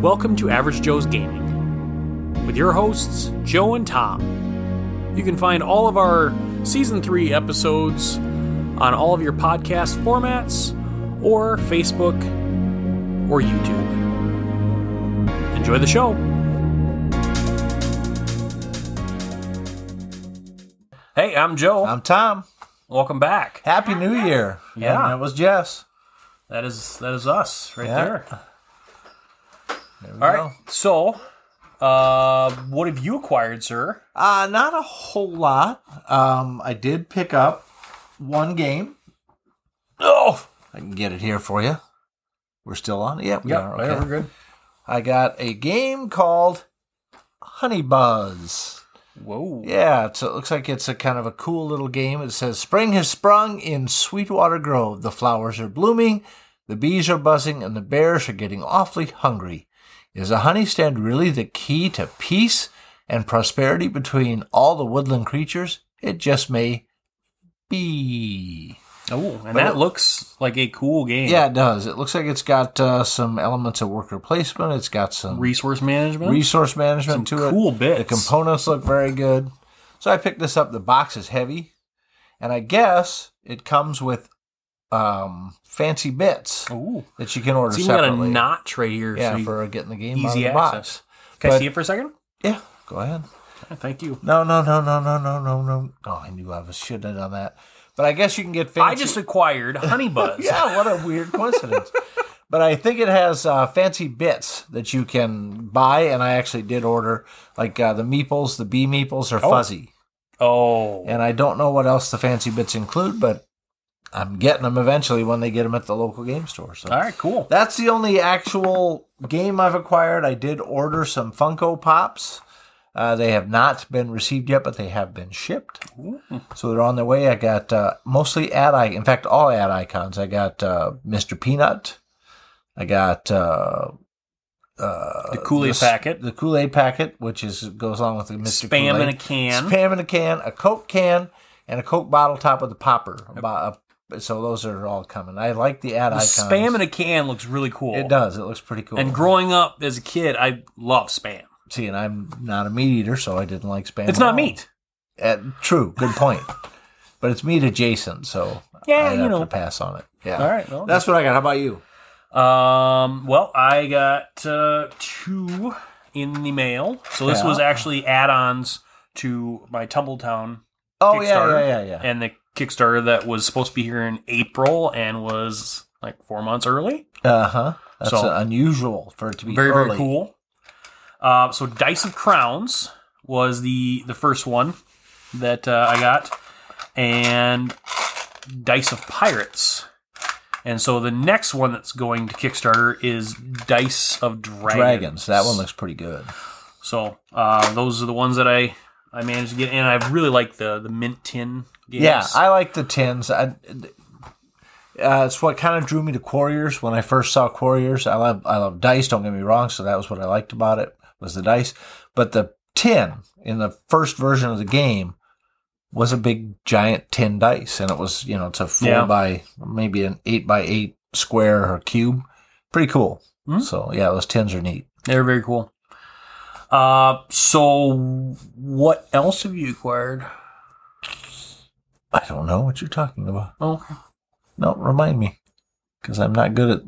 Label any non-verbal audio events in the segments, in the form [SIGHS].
Welcome to Average Joe's Gaming with your hosts, Joe and Tom. You can find all of our Season 3 episodes on all of your podcast formats or Facebook or YouTube. Enjoy the show. Hey, I'm Joe. I'm Tom. Welcome back. Happy New Year. Yeah. And that was Jess. That is that is us right Yeah. there. There we All right. go. So, uh, what have you acquired, sir? Uh, not a whole lot. Um, I did pick up one game. Oh, I can get it here for you. We're still on. Yeah, we are. Okay. good. I got a game called Honey Buzz. Whoa. Yeah, it's, it looks like it's a kind of a cool little game. It says spring has sprung in Sweetwater Grove. The flowers are blooming, the bees are buzzing, and the bears are getting awfully hungry. Is a honey stand really the key to peace and prosperity between all the woodland creatures? It just may be. Oh, and that looks like a cool game. Yeah, it does. It looks like it's got uh, some elements of worker placement. It's got some Resource management. resource management to it. cool bits. The components look very good. So I picked this up. The box is heavy, and I guess it comes with um, fancy bits Ooh. that you can order Oh. See, we got a separately. notch right here. yeah, so you- for getting the game out of easy the box. access. Can I but- see it for a second? Yeah, go ahead. Yeah, Thank you. No, no, no, no, no, no, no, no. Oh, I knew I was should have done that. But I guess you can get fancy. I just [LAUGHS] acquired Honey Buzz. yeah, what a weird coincidence. but I think it has uh, fancy bits that you can buy, and I actually did order like uh, the meeples. The bee meeples are fuzzy. Oh. And I don't know what else the fancy bits include, but I'm getting them eventually when they get them at the local game store. So All right. Cool. that's the only actual game I've acquired. I did order some Funko Pops. Uh, they have not been received yet, but they have been shipped. So they're on their way. I got uh, mostly ad icons. In fact, all ad icons. I got uh, Mr. Peanut. I got uh, the Kool Aid s- packet. the Kool Aid packet, which is goes along with the Mr. Spam in Kool-Aid. a can. spam in a can, a Coke can, and a Coke bottle top with a popper. Bo- uh, So those are all coming. I like the ad The icons. spam in a can looks really cool. um, it does. It looks pretty cool. And growing up as a kid, I love spam. See, and I'm not a meat eater, so I didn't like spam. It's at all. not meat. Uh, true, good point. but it's meat adjacent, so Yeah, I'd you have know. to pass on it. Yeah, All right, well, that's what I got. How about you? Um, well, I got uh, two in the mail. So this Yeah. was actually add-ons to my Tumbletown Oh yeah, Kickstarter. yeah, yeah, yeah. and the Kickstarter that was supposed to be here in April and was like four months early. Uh huh. That's So- uh, unusual for it to be Very early. very cool. Uh, so Dice of Crowns was the the first one that uh, I got, and Dice of Pirates. And so the next one that's going to Kickstarter is Dice of Dragons. Dragons. That one looks pretty good. So uh, those are the ones that I I managed to get, and I really like the the mint tin. Games. Yeah, I like the tins. I, uh, it's what kind of drew me to Quarriers when I first saw Quarriers. I love I love dice. Don't get me wrong. So that was what I liked about it was the dice. But the tin in the first version of the game was a big giant tin dice, and it was you know it's a four Yeah. by maybe an eight by eight square or cube. Pretty cool. Mhm. So yeah, those tins are neat. they're very cool. Uh, so what else have you acquired? I don't know what you're talking about. Oh, No, remind me because I'm not good at.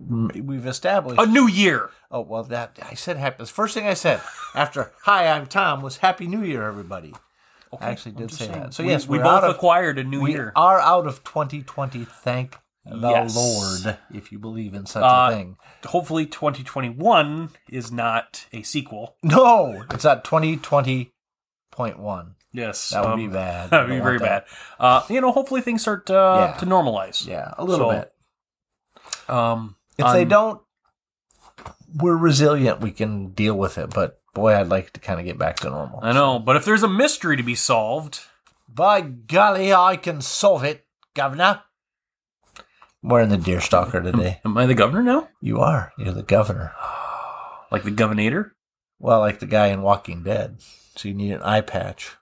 We've established. a new year. Oh well, that I said happy. The first thing I said after "Hi, I'm Tom" was "Happy New Year, everybody." I actually did say that. So we, yes, we we're both out of, acquired a new we year. are out of 2020. Thank the Yes. Lord, if you believe in such Uh, a thing. Hopefully, 2021 is not a sequel. No, it's not 2020.1. Yes, um, That would be [LAUGHS] bad. That I would be don't very want that. bad. Uh, you know, hopefully things start uh, Yeah. to normalize. Yeah, a little So, bit. Um, If they on- don't, we're resilient. We can deal with it. But boy, I'd like to kind of get back to normal. I know. But if there's a mystery to be solved, By golly, I can solve it, Governor. We're in the Deerstalker today. am I the governor now? You are. You're the governor. Like the governor? Well, like the guy in Walking Dead. So you need an eye patch.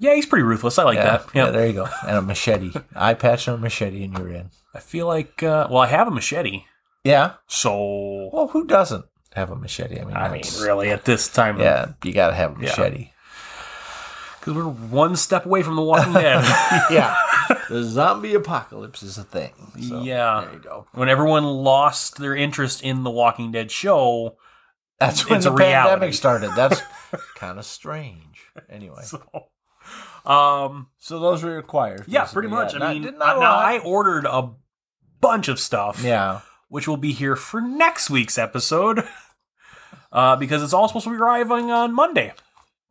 Yeah, he's pretty ruthless. I like yeah, that. yeah, Yeah. there you go. And [LAUGHS] a machete. eye patch and a machete, and you're in. I feel like. Uh, well, I have a machete, Yeah. so Well, who doesn't? have a machete. I mean, I mean, that's- really, at this time, yeah, you gotta have a Yeah. [LAUGHS] machete. because we're one step away from the Walking [LAUGHS] Dead. [LAUGHS] Yeah, the zombie apocalypse is a thing. So, Yeah. there you go. when everyone lost their interest in the Walking Dead show, [LAUGHS] That's when It's the a reality. pandemic started. [LAUGHS] That's kind of strange. Anyway, so, so um, those were your choir. yeah, foods. pretty much. not- I mean, did I, not a now lot. I ordered a bunch of stuff, yeah, which will be here for next week's episode, [LAUGHS] uh, because it's all supposed to be arriving on Monday.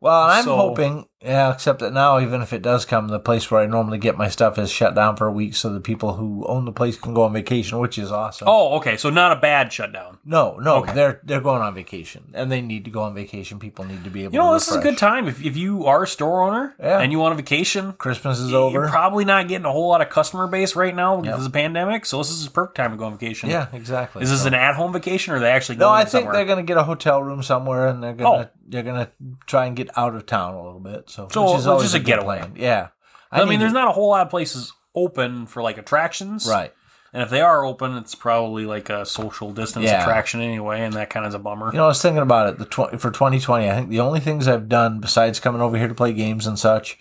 Well, I'm So- hoping, yeah, except that now, even if it does come, the place where I normally get my stuff is shut down for a week so the people who own the place can go on vacation, which is awesome. Oh, okay, so not a bad shutdown. No, no, Okay. they're they're going on vacation, and they need to go on vacation. People need to be able. You know, to this is a good refresh. time if, if you are a store owner Yeah. and you want a vacation. Christmas is You're over. probably not getting a whole lot of customer base right now because Yep. of the pandemic, so this is a perfect time to go on vacation. yeah, exactly. Is this So- an at-home vacation, or are they actually No, going I think somewhere? they're going to get a hotel room somewhere, and they're going to they're going to try and get out of town a little bit. So, Oh. So, which it's is always just a good getaway. plan. Yeah, I, mean, need there's to- not a whole lot of places open for like attractions, right. And if they are open, it's probably like a social distance Yeah. attraction anyway, and that kind of is a bummer. You know, I was thinking about it. The tw- for 2020, I think the only things I've done besides coming over here to play games and such,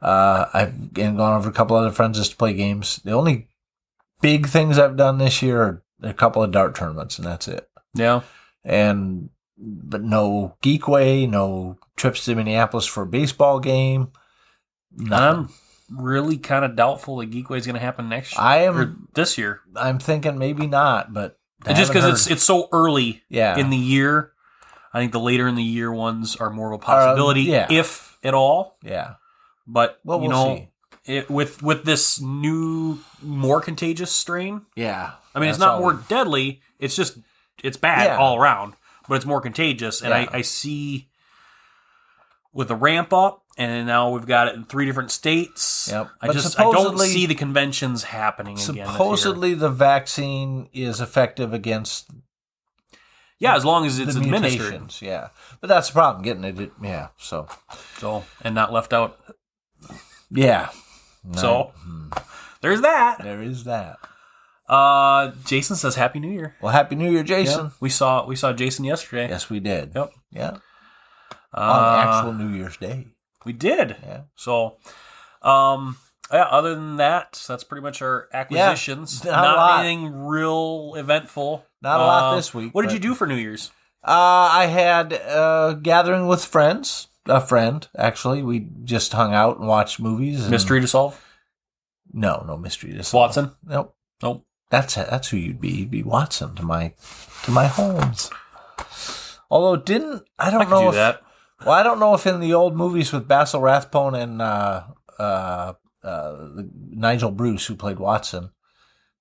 uh, I've and gone over to a couple other friends just to play games. The only big things I've done this year are a couple of dart tournaments, and that's it. yeah, And but no Geekway, no trips to Minneapolis for a baseball game. Nothing. I'm really kind of doubtful that Geekway is going to happen next year I or am. this year, I'm thinking maybe not, but I er, just because haven't it's heard. it's so early yeah in the year. I think the later in the year ones are more of a possibility, um, yeah. if at all. yeah. But Well, you we'll know, see. it, with with this new, more contagious strain, Yeah, I mean, it's That's not all more we- deadly. It's just it's bad Yeah. all around, but it's more contagious. And Yeah. I, I see with the ramp up, and now we've got it in three different states. Yep. I But just I don't supposedly- see the conventions happening again. this year. Supposedly, the vaccine is effective against yeah, as long as the it's administered, mutations. Yeah, but that's the problem getting it. it- Yeah, so so and not left out. yeah, No, Hmm. So there's that. there is that. Uh, Jason says Happy New Year. Well, happy New Year, Jason. We saw we saw Jason yesterday. Yes, we did. Yep. Yeah, Uh, on actual New Year's Day. we did. Yeah. So, um, yeah, other than that, that's pretty much our acquisitions. not a lot. anything real eventful. Um, Not a lot this week, What did but- you do for New Year's? Uh, I had a gathering with friends. A friend, actually. We just hung out and watched movies. and- Mystery to solve? No, no mystery. Just Watson? Nope. Nope. That's that's who you'd be. You'd be Watson to my to my Holmes. Although it didn't I don't I could know do if that. well I don't know if in the old movies with Basil Rathbone and uh, uh, uh, the- Nigel Bruce who played Watson,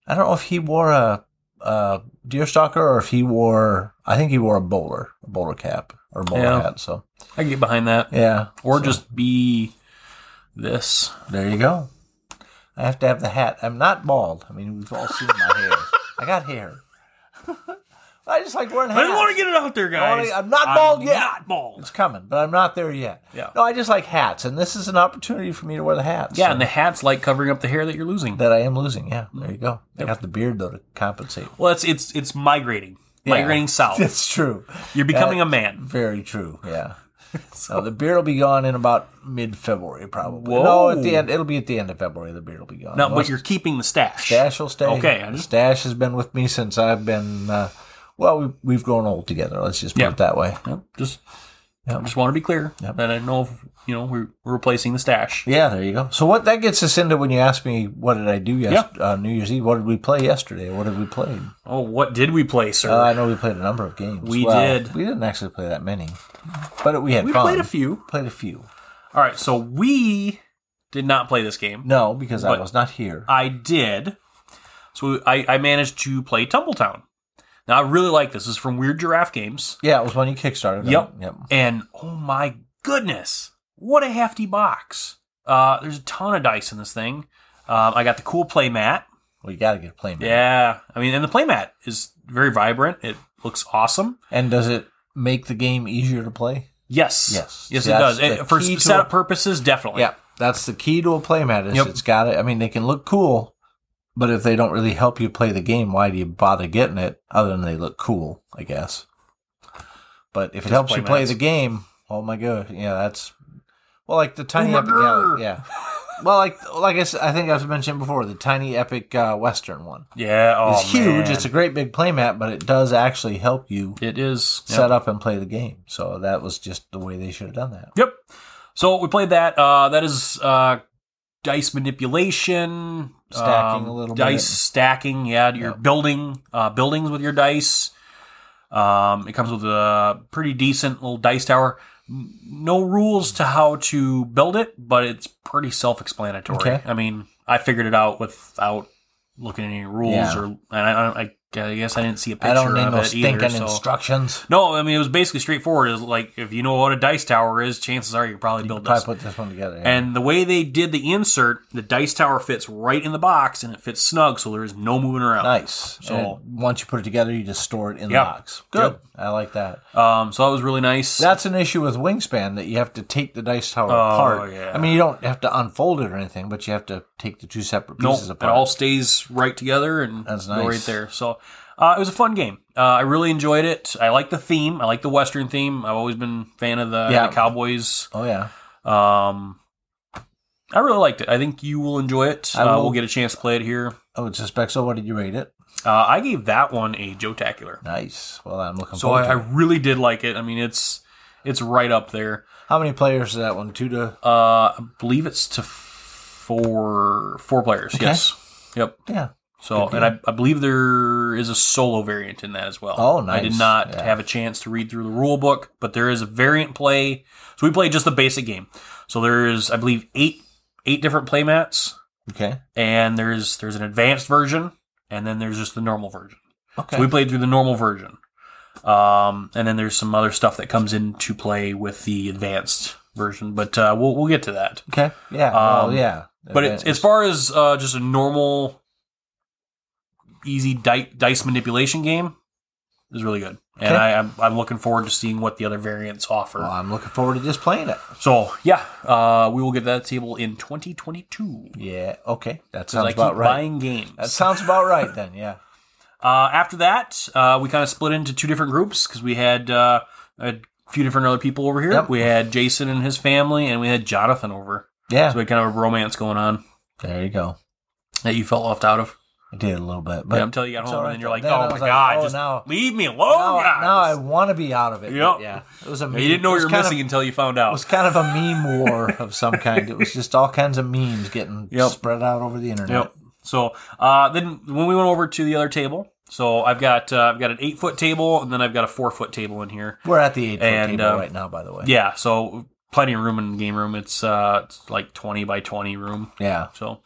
I don't know if he wore a, a deerstalker or if he wore I think he wore a bowler a bowler cap or a bowler Yeah. hat. So I could get behind that. yeah, Or So, just be this. there you go. I have to have the hat. I'm not bald. I mean we've all seen my [LAUGHS] hair. I got hair. [LAUGHS] I just like wearing hats. I didn't want to get it out there, guys. I'm not bald yet. Not bald. It's coming, but I'm not there yet. Yeah. No, I just like hats, and this is an opportunity for me to wear the hats. Yeah, so- and the hat's like covering up the hair that you're losing. that I am losing. Yeah, there you go. I got the beard though to [LAUGHS] compensate. well, it's it's it's migrating, migrating [LAUGHS] south. That's true. You're becoming a man. Very true. [LAUGHS] Yeah. so the beard will be gone in about mid-February, probably. Whoa. No, at the end. It'll be at the end of February. The beard will be gone. No, but Most- you're keeping the stash. stash will stay. Okay, I The just- stash has been with me since I've been. Uh, well, we, we've grown old together. Let's just put Yeah. it that way. Yep, just Yep. I just want to be clear Yep. that I know if, you know we're, we're replacing the stash. Yeah, there you go. So what that gets us into when you ask me what did I do yes- uh, New Year's Eve? What did we play yesterday? What have we played? Oh, what did we play, sir? Uh, I know we played a number of games. We did. We didn't actually play that many, but we had we fun. played a few. Played a few. All right, so we did not play this game. No, because But- I was not here. I did. So I, I managed to play Tumbletown. Now I really like this. This is from Weird Giraffe Games, yeah, it was when you kickstarted. it. Yep. Yep. and oh my goodness, what a hefty box! Uh, there's a ton of dice in this thing. Um, I got the cool play mat. Well, you got to get a play mat. Yeah, I mean, and the play mat is very vibrant. It looks awesome. And does it make the game easier to play? Yes. Yes. Yes, it That's does. the It- for key to setup a- purposes, definitely. Yeah, that's the key to a play mat. Is Yep. it's got to. I mean, they can look cool, but if they don't really help you play the game, why do you bother getting it? Other than they look cool, I guess. But if it Just helps play you play Mads. the game, oh my god, yeah, that's well, like the tiny my epic, yeah, grr. yeah. Well, like like I, s- I think I've mentioned before, the tiny epic uh, western one Yeah, oh, is huge. man. It's a great big playmat, but it does actually help you It is. Yep. set up and play the game. So that was just the way they should have done that. Yep. So we played that. Uh, that is uh, dice manipulation, um, Stacking a little dice bit. stacking. Yeah, you're Yep. building uh, buildings with your dice. Um, it comes with a pretty decent little dice tower. N- No rules to how to build it, but it's pretty self-explanatory. Okay. I mean, I figured it out without looking at any rules, Yeah. or and I, I, I guess I didn't see a picture I don't need of no it either. stinking so- instructions. no, I mean it was basically straightforward. Is like if you know what a dice tower is, chances are you probably build Try this. to put this one together. yeah. And the way they did the insert, the dice tower fits right in the box and it fits snug, so there is no moving around. nice. So- So once you put it together, you just store it in Yeah. the box. Good. Good. I like that. Um, so that was really nice. That's an issue with Wingspan that you have to take the dice tower Oh, apart. yeah. I mean, you don't have to unfold it or anything, but you have to take the two separate nope, pieces it apart. all stays right together and That's go right nice. there. So uh, it was a fun game. Uh, I really enjoyed it. I like the theme. I like the Western theme. I've always been a fan of the, Yeah. the Cowboys. oh yeah, Um, I really liked it. I think you will enjoy it. I Uh, will. we'll get a chance to play it here. I would suspect so. What did you rate it? Uh, I gave that one a Joe Tacular. Nice. Well, I'm looking So forward. I, I to it. really did like it. I mean, it's it's right up there. How many players is that one? Two to Uh, I believe it's to four four players. Yes. Yep. yeah. So, and I, I believe there is a solo variant in that as well. Oh, I did nice. not Yeah. have a chance to read through the rule book, but there is a variant play. So we played just the basic game. So there's, I believe, eight eight different play mats, Okay. and there's there's an advanced version, and then there's just the normal version. Okay. So we played through the normal version. Um, and then there's some other stuff that comes into play with the advanced version, but uh, we'll, we'll get to that. okay. Yeah. Um, well, yeah. But it, as far as uh, just a normal, easy di- dice manipulation game, is really good. And Okay. I, I'm, I'm looking forward to seeing what the other variants offer. Well, I'm looking forward to just playing it. So, yeah, uh, we will get that table in 2022. Yeah. Okay. That Because I sounds keep about right. buying games. That sounds about right then. Yeah. Uh, after that, uh, we kind of split into two different groups because we had uh, a few different other people over here. Yep. We had Jason and his family, and we had Jonathan over. Yeah. [LAUGHS] So we had kind of a romance going on There you go. that you felt left out of. I did a little bit, but But until you got it's home, and all right, then you're like, though. Then I "Oh my was like, god, oh, just now- leave me alone, now, Oh, guys!" now I want to be out of it. Yep. but Yeah. It was a. Meme. you didn't know it was you were kind missing Of, until you found it out. was kind of a meme war of some kind. It was just all kinds of memes getting Yep. spread out over the internet. Yep. So uh, then when we went over to the other table, so I've got uh, I've got an eight foot table, and then I've got a four foot table in here. We're at the eight foot And, table um, right now, by the way. Yeah, so plenty of room in the game room. It's uh, it's like twenty by twenty room. Yeah. So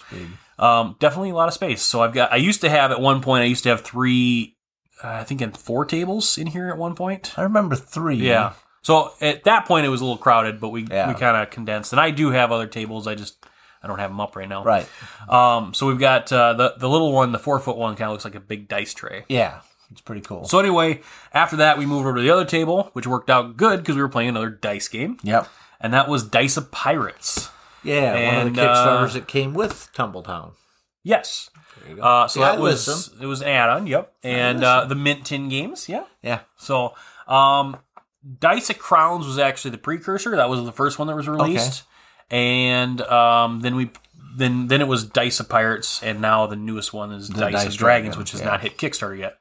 um, definitely a lot of space. So I've got I used to have at one point I used to have three, uh, I think, in four tables in here at one point. I remember three. Yeah. So at that point it was a little crowded, but we Yeah. we kind of condensed. And I do have other tables. I just I don't have them up right now. Right. Um. So we've got uh, the the little one, the four foot one, kind of looks like a big dice tray. Yeah. It's pretty cool. So anyway, after that we moved over to the other table, which worked out good because we were playing another dice game, yep. and that was Dice of Pirates. Yeah. one of And, the uh, Kickstarters that came with Tumbletown. Yes. you go. Uh, so Yeah, that I was list it was an add-on. Yep. And uh, the Mint Tin games. Yeah. Yeah. So, um, Dice of Crowns was actually the precursor. That was the first one that was released, and um, then we then then it was Dice of Pirates, and now the newest one is Dice, Dice of Dragons, Dragon, which has yeah. not hit Kickstarter yet.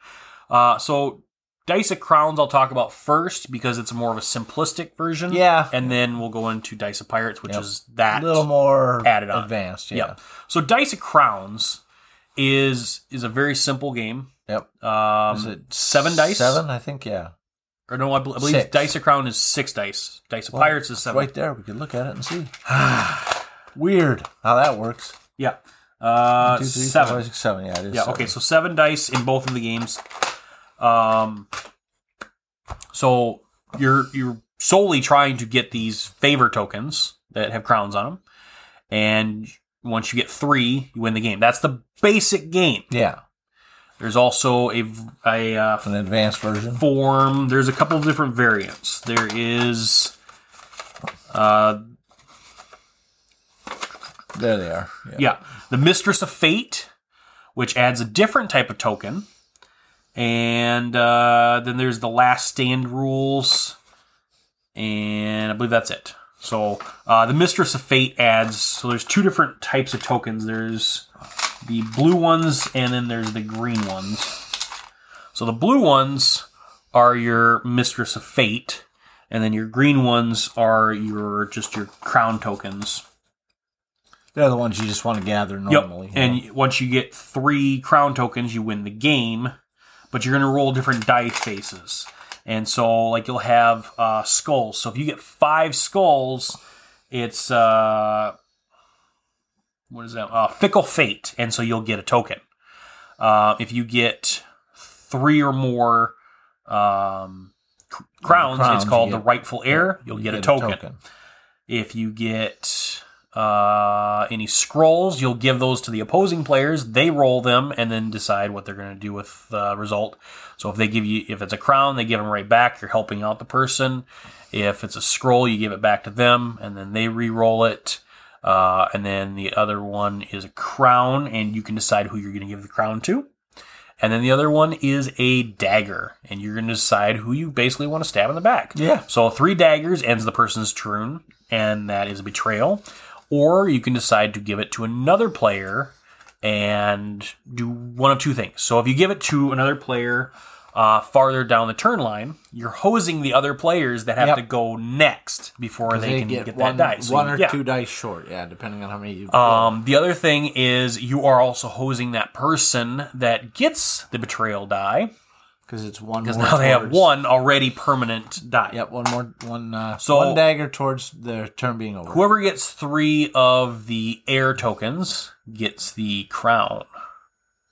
Uh, so. Dice of Crowns, I'll talk about first because it's more of a simplistic version. Yeah. And then we'll go into Dice of Pirates, which is that a little more added on. advanced. Yeah. Yep. So Dice of Crowns is is a very simple game. Yep. Um, Is it seven dice? Seven, I think. Yeah. Or no, I, bel- I believe Six. Dice of Crown is six dice. Dice of Pirates is It's seven. right there. We could look at it [SIGHS] and see. Weird how that works. Yeah. Uh, Two, three, four, seven. five, six, seven. Yeah. It is yeah. seven. Okay. So seven dice in both of the games. Um. So you're you're solely trying to get these favor tokens that have crowns on them, and once you get three, you win the game. That's the basic game. Yeah. There's also a v- a uh, An advanced version. form. There's a couple of different variants. There is, uh, There they are. yeah, the Mistress of Fate, which adds a different type of token, And uh, then there's the last stand rules. And I believe that's it. So uh, the Mistress of Fate adds. So there's two different types of tokens. There's the blue ones, and then there's the green ones. So the blue ones are your Mistress of Fate, and then your green ones are your just your crown tokens. They're the ones you just want to gather normally. Yep. And y- once you get three crown tokens, you win the game. But you're going to roll different die faces. And so, like, you'll have uh, skulls. So if you get five skulls, it's uh, what is that? Uh, Fickle Fate. And so you'll get a token. Uh, if you get three or more um, cr- crowns, crowns, it's you called get- the rightful heir. You'll You get, a token. a token. If you get uh, any scrolls, you'll give those to the opposing players. They roll them and then decide what they're going to do with the result. So if they give you, if it's a crown, they give them right back. You're helping out the person. If it's a scroll, you give it back to them, and then they re-roll it. Uh, and then the other one is a crown, and you can decide who you're going to give the crown to. And then the other one is a dagger, and you're going to decide who you basically want to stab in the back. Yeah. So three daggers ends the person's turn, and that is a betrayal. Or you can decide to give it to another player and do one of two things. So if you give it to another player uh, farther down the turn line, you're hosing the other players that have Yep. to go next before they, They can get, get, that one, die. So, one or yeah. two dice short, yeah, depending on how many you Um, the other thing is you are also hosing that person that gets the betrayal die because it's one. because more now they have towards- one already permanent die. Yep, one more one. Uh, So- one dagger towards their turn being over. Whoever gets three of the air tokens gets the crown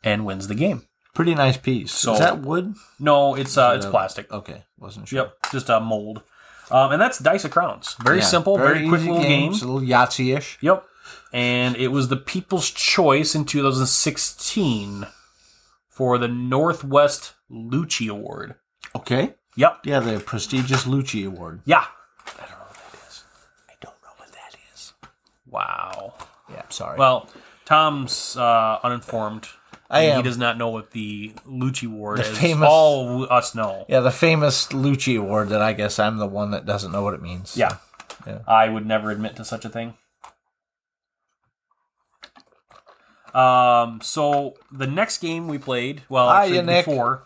and wins the game. Pretty nice piece. So- Is that wood? No, it's uh, it's plastic. Okay, wasn't sure. Yep, just a mold. Um, and that's Dice of Crowns. Very Yeah, simple, very, quick easy little game. It's a little Yahtzee-ish. Yep. And it was the People's Choice in 2016 for the Northwest Lucci Award. Okay. Yep. Yeah, the prestigious Lucci Award. Yeah. I don't know what that is. Wow. Yeah, sorry. Well, Tom's uh, uninformed. I He am. does not know what the Lucci Award The is. famous- All us know. yeah, the famous Lucci Award that I guess I'm the one that doesn't know what it means. Yeah. Yeah. I would never admit to such a thing. Um, so the next game we played, well, Hiya, actually Nick. before,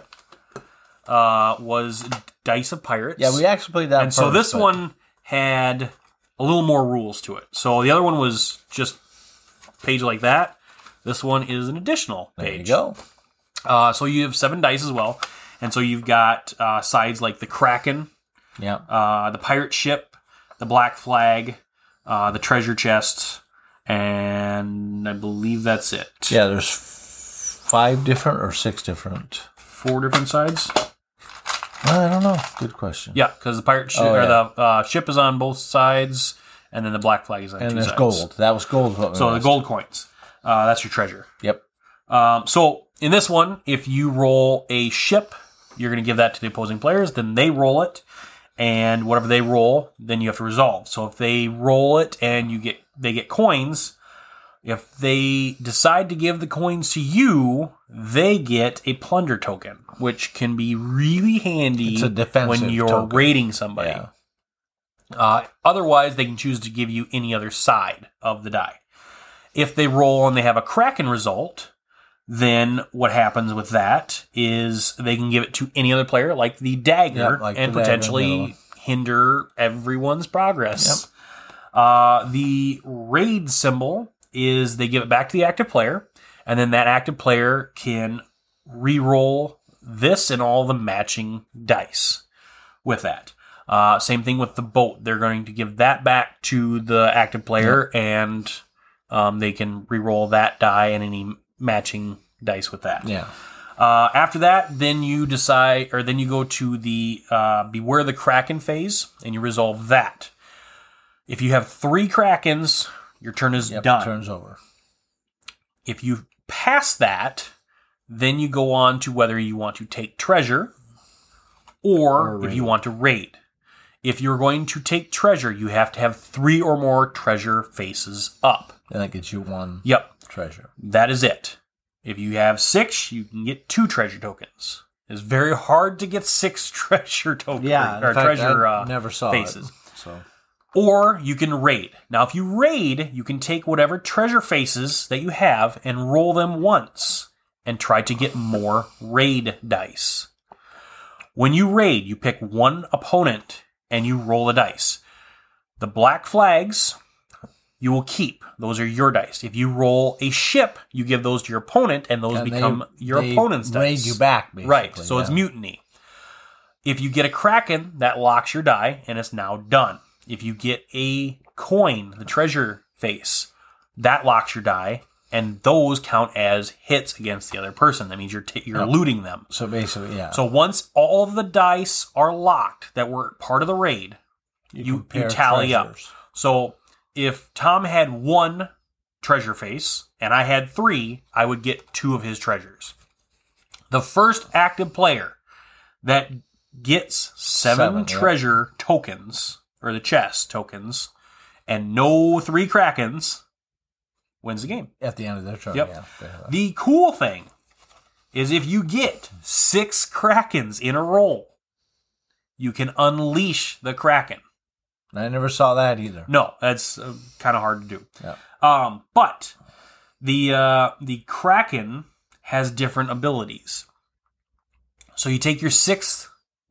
uh, was Dice of Pirates. Yeah, we actually played that and so first, this but- one had a little more rules to it. So the other one was just page like that. This one is an additional There page. you go. Uh, so you have seven dice as well, and so you've got uh, sides like the Kraken, Yeah. uh, the pirate ship, the black flag, uh, the treasure chest, and I believe that's it. Yeah, there's f- five different or six different. Four different sides. I don't know. Good question. Yeah, because the pirate ship Oh, or yeah. the uh, ship is on both sides, and then the black flag is on two And there's sides. gold. That was gold. What we So the missed. gold coins. Uh, that's your treasure. Yep. Um, so in this one, if you roll a ship, you're going to give that to the opposing players. Then they roll it, and whatever they roll, then you have to resolve. So if they roll it and you get they get coins, if they decide to give the coins to you, they get a plunder token, which can be really handy It's a defensive when you're token. raiding somebody. Yeah. Uh, otherwise, they can choose to give you any other side of the die. If they roll and they have a Kraken result, then what happens with that is they can give it to any other player, like the dagger, Yeah, like and the dagger in the potentially middle. hinder everyone's progress. Uh, the raid symbol is they give it back to the active player, and then that active player can re-roll this and all the matching dice with that. Uh, same thing with the boat. They're going to give that back to the active player, and um, they can re-roll that die and any matching dice with that. Yeah. Uh, after that, then you decide, or then you go to the uh, Beware the Kraken phase, and you resolve that. If you have three Krakens, your turn is Yep. done. Turns over. If you pass that, then you go on to whether you want to take treasure or, Or if you raid. want to raid. If you're going to take treasure, you have to have three or more treasure faces up. Then that gets you one Yep, treasure. that is it. If you have six, you can get two treasure tokens. It's very hard to get six [LAUGHS] treasure tokens Yeah, in or fact, treasure I uh, never saw faces. It, so Or you can raid. Now, if you raid, you can take whatever treasure faces that you have and roll them once and try to get more raid dice. When you raid, you pick one opponent and you roll a dice. The black flags you will keep. Those are your dice. If you roll a ship, you give those to your opponent and those And they- become your they opponent's raid dice. you back, basically. Right. So it's yeah. mutiny. If you get a kraken, that locks your die and it's now done. If you get a coin, the treasure face, that locks your die and those count as hits against the other person. That means you're t- you're looting them. So basically, yeah. So once all of the dice are locked that were part of the raid, you- you compare tally up. treasures. so if Tom had one treasure face and I had three, I would get two of his treasures. The first active player that gets Seven, seven, yeah. treasure tokens or the chest tokens and no three krakens wins the game. at the end of their turn. Yep. Yeah. They have that. The cool thing is if you get six krakens in a row, you can unleash the kraken. And I never saw that either. No, that's uh, kind of hard to do. Yeah. Um, but the uh, the kraken has different abilities. So you take your sixth,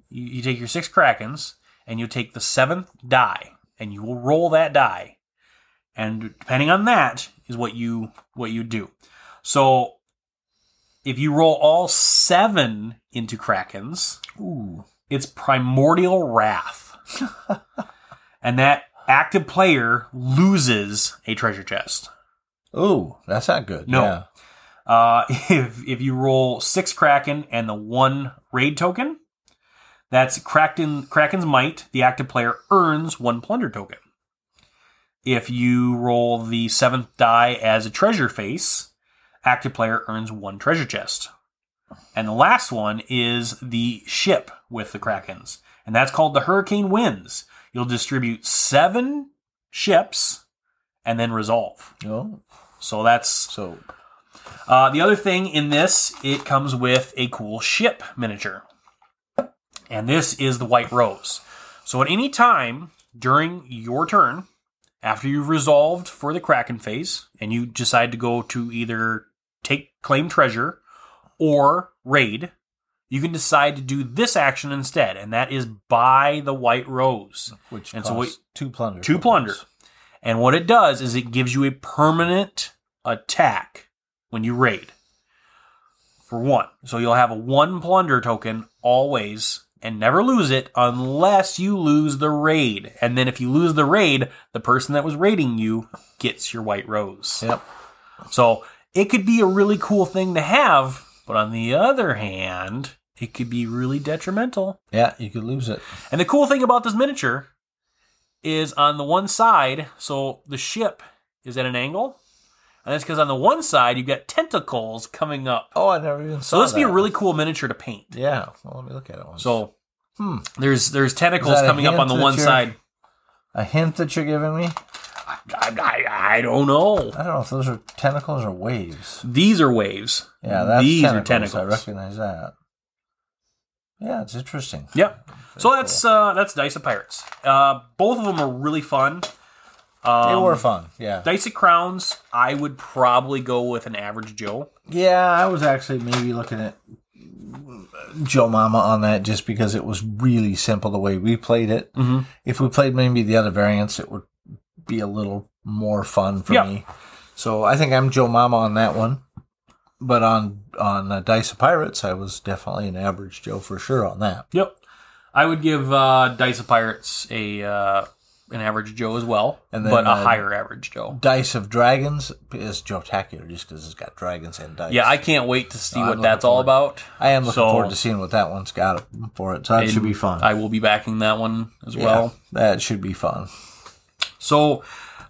you, you take your six krakens, and you take the seventh die, and you will roll that die, and depending on that is what you what you do. So if you roll all seven into krakens, Ooh. it's primordial wrath and that active player loses a treasure chest Ooh, that's not good. No. Yeah. uh, [LAUGHS] if, if you roll six kraken and the one raid token that's kraken kraken's might the active player earns one plunder token if you roll the seventh die as a treasure face active player earns one treasure chest and the last one is the ship with the krakens and that's called the hurricane winds you'll distribute seven ships and then resolve No. so that's So uh, the other thing in this, it comes with a cool ship miniature. And this is the White Rose. So at any time during your turn, after you've resolved for the Kraken phase, and you decide to go to either take claim treasure or raid, you can decide to do this action instead, and that is buy the White Rose. which And costs so what- two plunder. Two tokens. plunder. And what it does is it gives you a permanent attack when you raid. For one. So you'll have a one plunder token always and never lose it unless you lose the raid. And then if you lose the raid, the person that was raiding you gets your white rose. Yep. So it could be a really cool thing to have, but on the other hand, it could be really detrimental Yeah, you could lose it. and the cool thing about this miniature is on the one side, so the ship is at an angle. And that's because on the one side, you've got tentacles coming up. Oh, I never even saw. So this would be a that. really cool miniature to paint. Yeah. Well, let me look at it. Once. So Hmm. there's there's tentacles Is that a coming up hint on the that one you're- side. a hint that you're giving me. I, I, I don't know. I don't know if those are tentacles or waves. These are waves. Yeah, that's These tentacles. are tentacles. I recognize that. Yeah, it's interesting. Yep. So that's uh, that's Dice of Pirates. Uh, both of them are really fun. They Um, were fun. Yeah. Dice of Crowns, I would probably go with an average Joe. Yeah, I was actually maybe looking at Joe Mama on that just because it was really simple the way we played it. Mm-hmm. If we played maybe the other variants, it would be a little more fun for Yeah. me. So I think I'm Joe Mama on that one. But on on uh, Dice of Pirates, I was definitely an average Joe for sure on that. Yep. I would give uh, Dice of Pirates a uh, an average Joe as well, And then, but a uh, higher average Joe. Dice of Dragons is Joe Tacular just because it's got dragons and dice. Yeah, I can't wait to see I'm what looking that's all forward- about. I am looking So- forward to seeing what that one's got for it. So that should be fun. I will be backing that one as Yeah, well. that should be fun. So,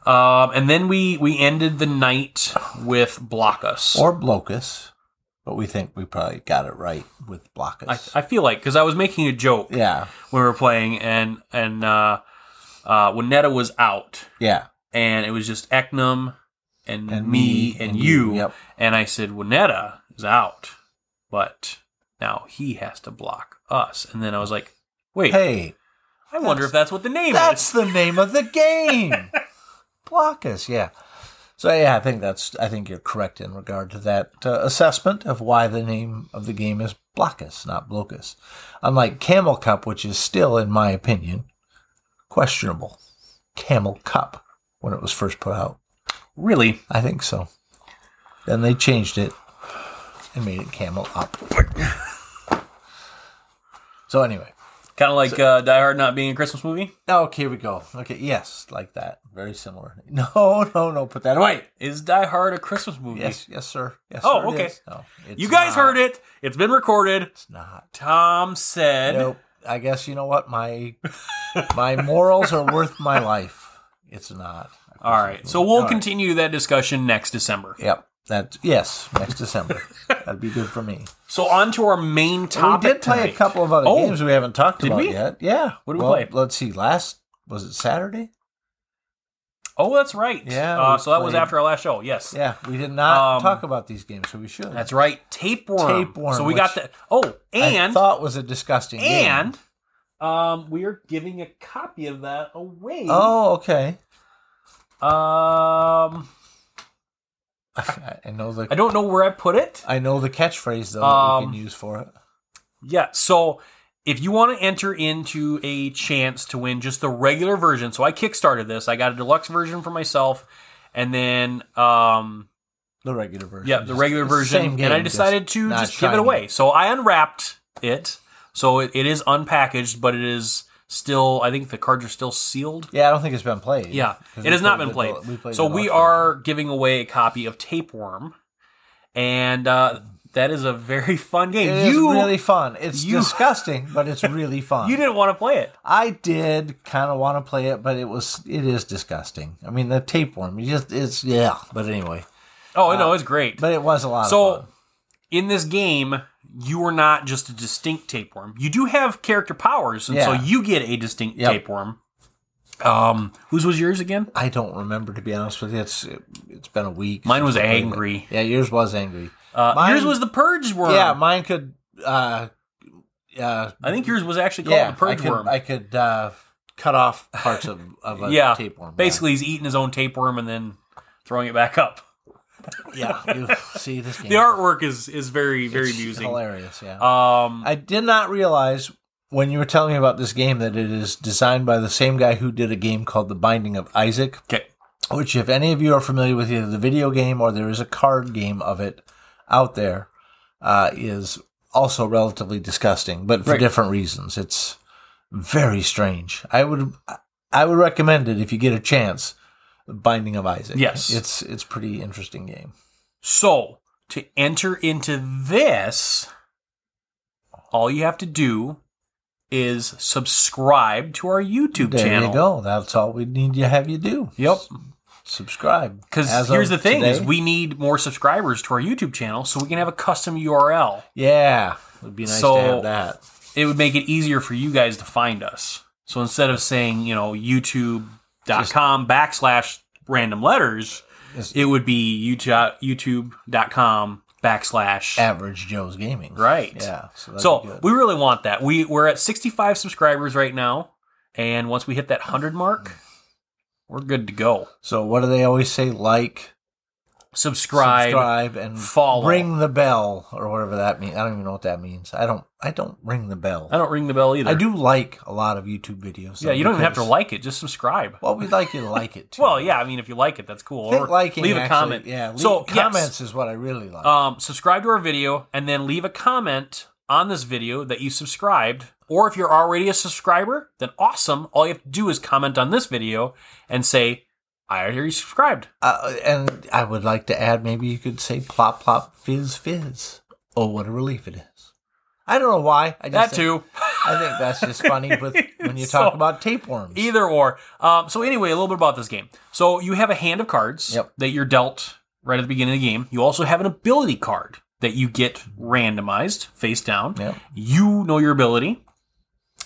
um, and then we we ended the night with Block Us. or Blocus, but we think we probably got it right with Blockus. I, I feel like because I was making a joke yeah, when we were playing, and and uh, uh, when Netta was out, yeah, and it was just Eknum and, And me me and, and you. you, yep. And I said, Winetta is out, but Now he has to block us. And then I was like, wait, Hey, I wonder if that's what the name that's is. the name of the game. Block us, yeah. So yeah, I think that's I think you're correct in regard to that uh, assessment of why the name of the game is Blockus, not Blokus. Unlike Camel Cup, which is still, in my opinion, questionable. Camel Cup when it was first put out. Really? I think so. Then they changed it and made it Camel Up. so anyway, Kind of like uh, Die Hard not being a Christmas movie? okay, Oh, here we go. Okay, yes, like that, very similar. [LAUGHS] No, no, no, put that away. Is Die Hard a Christmas movie? Yes, yes, sir. Yes, Oh, sir, it okay. is. No, it's You guys not. heard it. It's been recorded. It's not. Tom said, Nope. I guess you know what [LAUGHS] my my morals are worth my life. It's not. All right. So we'll All right. continue that discussion next December. Yep. That yes, [LAUGHS] next December. That'd be good for me. So on to our main topic. we did play tonight. a couple of other Oh, games we haven't talked did about we? yet. Yeah. What did we Well, play? Let's see. Last was it Saturday? Oh, that's right. Yeah, Uh, we so that was played- after our last show. Yes. Yeah, we did not Um, talk about these games, so we should. That's right. Tapeworm. Tapeworm, So we got which that. Oh, I and thought was a disgusting game. and um, we are giving a copy of that away. oh, okay. Um, [LAUGHS] I know the I don't know where I put it. I know the catchphrase though that Um, we can use for it. Yeah. So if you want to enter into a chance to win just the regular version, so I kickstarted this. I got a deluxe version for myself, and then um, The regular version. yeah, the Just- regular it's the version. same game, and I decided to not just give it shiny. away. So I unwrapped it. So it, it is unpackaged, but it is still. I think the cards are still sealed. Yeah, I don't think it's been played. Yeah, [LAUGHS] it 'Cause we has not played been the played. del- we played so the we deluxe are giving away a copy of Tapeworm, and uh, that is a very [LAUGHS] fun game. version. It is you really fun. It's you- disgusting, but [LAUGHS] it's really fun. you didn't want to play it. I did kind of want to play it, but it was it is disgusting. I mean, the tapeworm, you just it's yeah. But anyway, Oh Uh, no, it's great. but it was a lot. of so fun. in this game, you are not just a distinct tapeworm. You do have character powers, and so Yeah. you get a distinct Yep. tapeworm. Um, whose was yours again? I don't remember to be honest with you. It's it, it's been a week. Mine was since I played it. angry. Yeah, yours was angry. Uh, Mine- yours was the purge worm. Yeah, mine could. uh uh, I think yours was actually called yeah, the purge I could, worm. I could uh, cut off parts of, of a [LAUGHS] yeah, tapeworm. yeah. basically, he's eating his own tapeworm and then throwing it back up. [LAUGHS] Yeah, [LAUGHS] you see this game. The artwork is is very very It's amusing. Hilarious, yeah. Um, I did not realize when you were telling me about this game that it is designed by the same guy who did a game called The Binding of Isaac, okay, which, if any of you are familiar with either the video game or there is a card game of it out there, uh, is also relatively disgusting, but for Right. different reasons. It's very strange. I would, I would recommend it if you get a chance. Binding of Isaac. Yes. it's it's pretty interesting game. so to enter into this, all you have to do is subscribe to our YouTube There channel. you go. That's all we need to have you do. Yep. subscribe. Because As here's the of thing: is today- we need more subscribers to our YouTube channel, so we can have a custom URL. yeah, it would be nice So- to have that. It would make it easier for you guys to find us. So instead of saying you know YouTube.com backslash random letters, Just- it would be YouTube YouTube.com backslash Average Joe's Gaming, Right. Yeah, so, that'd be So good. we really want that. We we're at 65 subscribers right now, and once we hit that hundred mark, Mm. we're good to go. so what do they always say? Like, Subscribe. subscribe, and follow. Ring the bell or whatever that means. I don't even know what that means. I don't. I don't ring the bell. I don't ring the bell either. I do like a lot of YouTube videos. Yeah, though, you don't even have to because- like it. Just subscribe. Well, we'd like you to [LAUGHS] like it. Too. Well, yeah. I mean, if you like it, that's cool. I think Or liking leave a actually- comment. Yeah, leave, so yes, comments is what I really like. um, subscribe to our video and then leave a comment on this video that you subscribed. Or if you're already a subscriber, then awesome. All you have to do is comment on this video and say, "I already subscribed." Uh, and I would like to add, maybe you could say plop plop fizz fizz. Oh, what a relief it is! I don't know why. I That just think, too. I think that's just funny [LAUGHS] with when you talk So- about tapeworms. Either or. Um, so anyway, a little bit about this game. So you have a hand of cards Yep. that you're dealt right at the beginning of the game. You also have an ability card that you get randomized face down. Yep. You know your ability.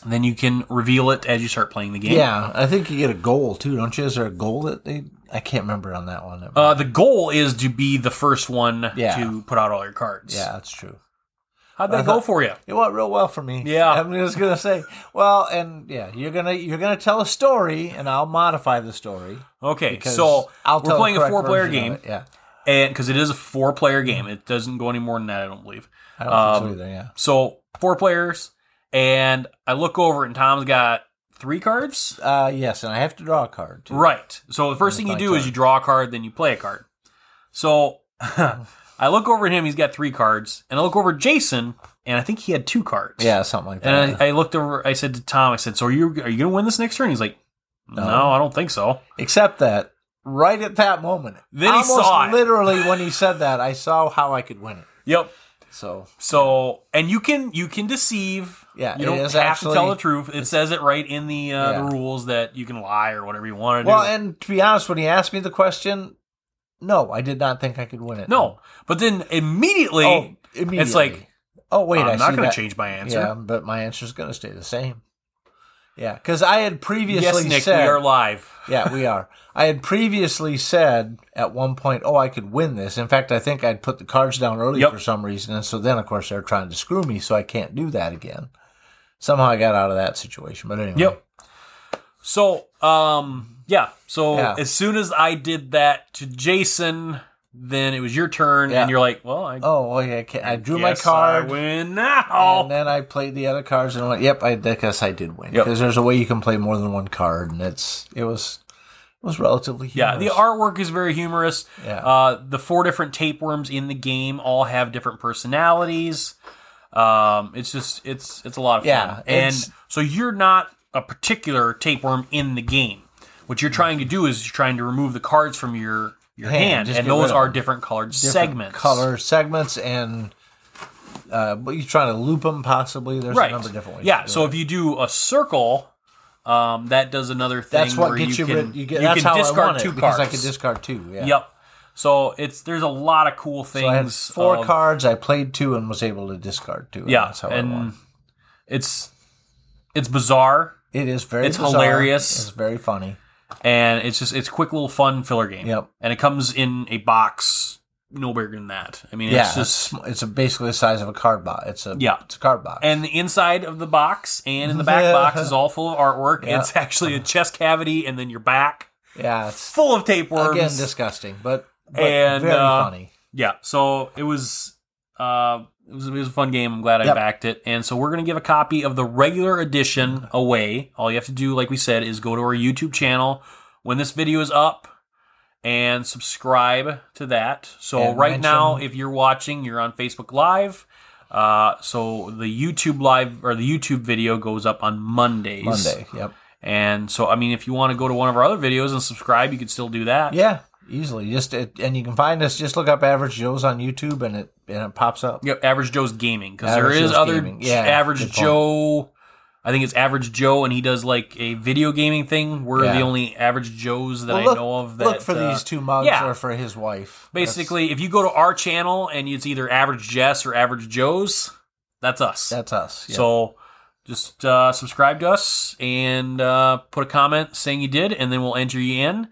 And then you can reveal it as you start playing the game. yeah, I think you get a goal too, don't you? Is there a goal that they? I can't remember on that one. Uh, the goal is to be the first one Yeah. Uh, to put out all your cards. yeah, that's true. How'd that I go thought- for you? It went real well for me. Yeah. I'm just gonna say, well, and yeah, you're gonna you're gonna tell a story, and I'll modify the story. Okay, because so I'll tell we're the playing a correct four-player version game, of it. Yeah, and because it is a four-player game, it doesn't go any more than that, I don't believe. I don't Um, think so either. Yeah, So four players, and I look over and Tom's got three cards. uh, yes, and I have to draw a card. Too. Right. So the first thing you play a do is card. you draw a card, then you play a card. So [LAUGHS] I look over at him; he's got three cards, and I look over at Jason, and I think he had two cards. Yeah, something like that. And I, I looked over. I said to Tom, "I said, so are you are you gonna win this next turn?" He's like, "No, I don't think so." Except that right at that moment, Then he almost saw it. literally when he said that, I saw how I could win it. Yep. So So and you can you can deceive. Yeah, You it don't is have to actually- tell the truth. It says it right in the uh, Yeah. the rules that you can lie or whatever you want to do. well, and to be honest, when he asked me the question, no, I did not think I could win it. No, but then immediately, oh, immediately. it's like oh wait, I I'm not see going that. to change my answer. Yeah, but my answer's going to stay the same. Yeah, because I had yes, previously Nick, said, we are live. yeah, we are. I had previously said at one point, oh, I could win this. In fact, I think I'd put the cards down early Yep. for some reason, and so then, of course, they're trying to screw me, so I can't do that again. Somehow, I got out of that situation, but anyway, Yep. So, um, yeah. So Yeah. as soon as I did that to Jason, then it was your turn, Yeah. and you're like, "Well, I Oh, well, yeah, I, can't, I drew my guess card, I win now." and then I played the other cards, and went, yep, I guess I did win Yep. because there's a way you can play more than one card, and it's it was it was relatively yeah, the humorous. artwork is very humorous. Yeah. Uh, the four different tapeworms in the game all have different personalities. Um, it's just it's it's a lot of Yeah, fun. And it's- so you're not a particular tapeworm in the game. What you're trying to do is you're trying to remove the cards from your your Hand, hand, just and get rid those of are them. different colored different segments. color segments, and uh, but you're trying to loop them possibly. There's right? a number of different ways. yeah. to do So it. if you do a circle, um, that does another thing. that's what where gets you, you can rid. You get, that's can how discard I want it, two because cards. I could discard two. Yeah. Yep. So it's there's a lot of cool things. So I had four of- cards. I played two and was able to discard two. and Yeah, that's how I and won. it's it's bizarre It is very. it's bizarre. hilarious. It's very funny. and it's just it's a quick little fun filler game. Yep. And it comes in a box no bigger than that. I mean, yeah, it's just it's, it's a, basically the size of a card box. It's a Yeah. It's a card box. and the inside of the box and in the [LAUGHS] back box is all full of artwork. Yeah. It's actually a chest cavity and then your back yeah, it's full of tapeworms. again disgusting, but, but And, very uh, funny. yeah. So it was uh it was, it was a fun game. I'm glad I Yep. backed it. And so we're gonna give a copy of the regular edition away. All you have to do, like we said, is go to our YouTube channel when this video is up and subscribe to that. So And right mention- now, if you're watching, you're on Facebook Live. Uh, so the YouTube live or the YouTube video goes up on Mondays. Monday. Yep. And so I mean, if you want to go to one of our other videos and subscribe, you could still do that. Yeah, easily. Just it, and you can find us. Just look up Average Joe's on YouTube, and it and it pops up. Yep, Average Joe's Gaming because there Average is Joe's other Gaming. Yeah, Average good point. Joe. I think it's Average Joe, and he does like a video gaming thing. We're Yeah. the only Average Joes that Well, look, I know of. That look for uh, these two mugs yeah. or for his wife. Basically, if you go to our channel and it's either Average Jess or Average Joe's, that's us. that's, that's us. yeah. So just uh, subscribe to us and uh, put a comment saying you did, and then we'll enter you in.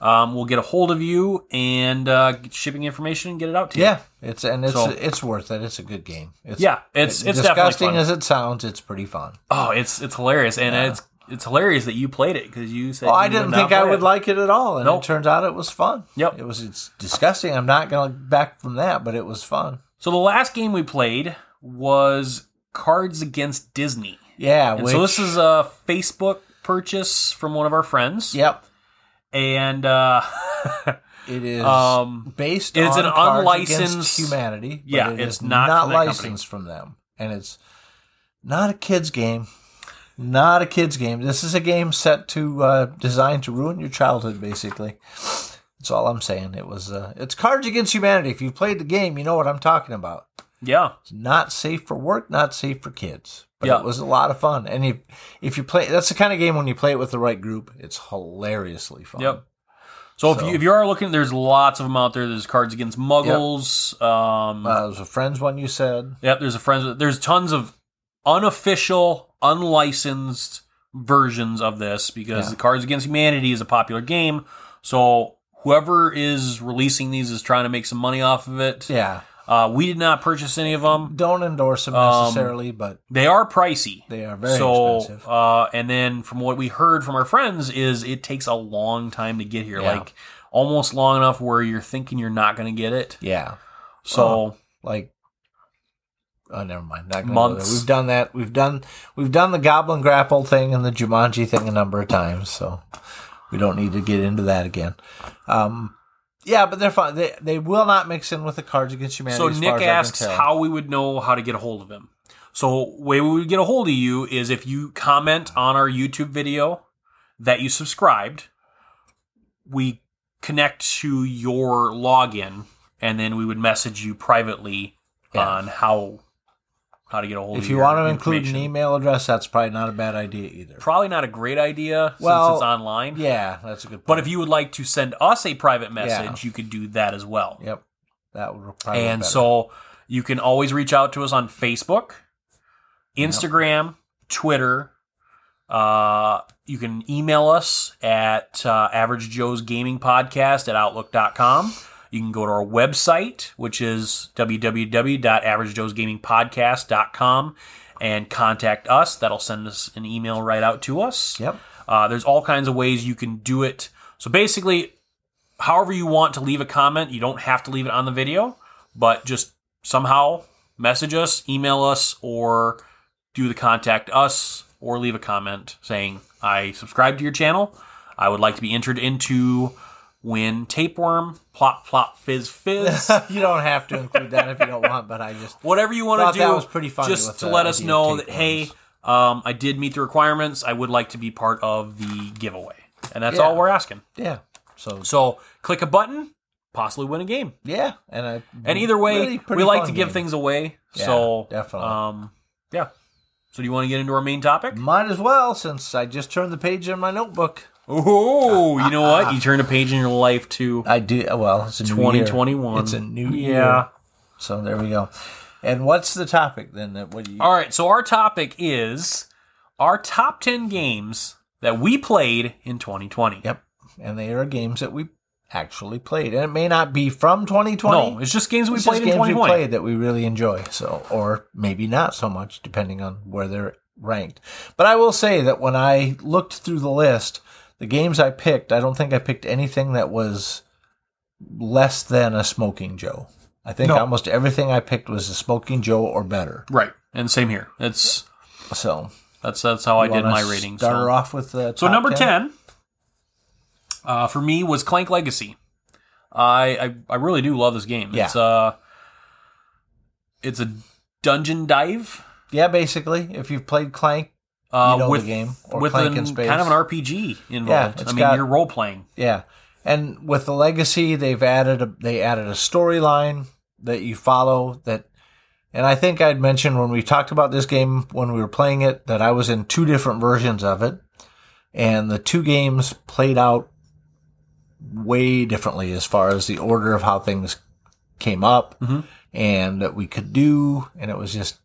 Um, we'll get a hold of you and uh, get shipping information and get it out to you. yeah, it's and it's So- it's worth it. It's a good game. It's, Yeah, it's it's definitely disgusting fun. as it sounds. It's pretty fun. Oh, it's it's hilarious, and it's it's hilarious that you played it because you said. Oh, you I would didn't not think I play would it. like it at all, and Nope. it turns out it was fun. Yep. it was. It's disgusting. I'm not going to back from that, but it was fun. So the last game we played was Cards Against Disney. Yeah. And which, so this is a Facebook purchase from one of our friends. Yep. And uh, [LAUGHS] It is Um, based. it's on an Cards unlicensed- Against humanity. but Yeah, it it's is not not, from that company. licensed from them, and it's not a kids game. Not a kids game. This is a game set to uh, designed to ruin your childhood. Basically, that's all I'm saying. It was. Uh, it's Cards Against Humanity. If you played the game, you know what I'm talking about. yeah, It's not safe for work, not safe for kids. But Yeah. it was a lot of fun. And if if you play, that's the kind of game when you play it with the right group, it's hilariously fun. yep. So, if So- you if you are looking, there's lots of them out there. There's Cards Against Muggles. Um, Uh, it was a friend's one you said. Yep, there's a friends. There's tons of unofficial, unlicensed versions of this because Yeah. the Cards Against Humanity is a popular game. So whoever is releasing these is trying to make some money off of it. Yeah. Uh, we did not purchase any of them. Don't endorse them necessarily, but They are pricey. They are very Um, so, expensive. Uh, and then from what we heard from our friends is it takes a long time to get here, Yeah. like almost long enough where you're thinking you're not going to get it. yeah, So like oh never mind not gonna go Months. there. we've done that we've done we've done the goblin grapple thing and the jumanji thing a number of times so we don't need to get into that again um yeah but they're fine they, they will not mix in with the cards against humanity so as Nick far as I can asks tell. how we would know how to get a hold of him. So way we would get a hold of you is if you comment on our YouTube video that you subscribed, we connect to your login, and then we would message you privately Yeah. on how how to get a hold of if you your want to include an information. email address that's probably not a bad idea either probably not a great idea Well, since it's online. yeah that's a good point But if you would like to send us a private message, you could do that as well. yep that would probably be and better. so you can always reach out to us on Facebook, Instagram, Twitter. Uh, you can email us at uh, Average Joe's Gaming Podcast at Outlook.com. You can go to our website, which is www.averagejoesgamingpodcast.com, and contact us. That'll send us an email right out to us. yep Uh, there's all kinds of ways you can do it. So basically, however you want to leave a comment, you don't have to leave it on the video, but just somehow message us, email us, or do the contact us or leave a comment saying, I subscribe to your channel. I would like to be entered into win tapeworm, plop, plop, fizz, fizz. [LAUGHS] you don't have to include that if you don't want but i just whatever you want Thought to do. that was pretty funny with Just to the let us idea know of that hey, tapeworms. um, I did meet the requirements. I would like to be part of the giveaway, and that's Yeah. all we're asking. yeah so So click a button, possibly win a game. yeah and i And either way, Mm-hmm. really pretty we like fun to give game. things away. Yeah, so definitely. Mm-hmm. um, yeah. So do you want to get into our main topic? Might as well, since I just turned the page in my notebook. Oh, you know what? You turned a page in your life to I do. Well, it's a new year. 2021. It's a new yeah. year. So there we go. And what's the topic then? That what do you? All right. So our topic is our top ten games that we played in 2020. Yep. And they are games that we actually played, and it may not be from 2020. No, it's just games we It's played just in games we 2020. played that we really enjoy. So, or maybe not so much, depending on where they're ranked. But I will say that when I looked through the list, the games I picked, I don't think I picked anything that was less than a Smoking Joe. I think No. almost everything I picked was a Smoking Joe or better. Right. And same here. It's So that's that's how I did wanna my ratings. Start her So, off with the so top number ten uh, for me was Clank Legacy. I, I I really do love this game. Yeah. It's uh it's a dungeon dive Yeah, basically, if you've played Clank, uh, You know the with game, or with Clank an, in space. kind of an RPG involved. it's I mean, got- you're role playing. Yeah, and with the legacy, they've added a, they added a storyline that you follow. That, and I think I'd mentioned when we talked about this game when we were playing it that I was in two different versions of it, and the two games played out way differently as far as the order of how things came up Mm-hmm. and that we could do, and it was just.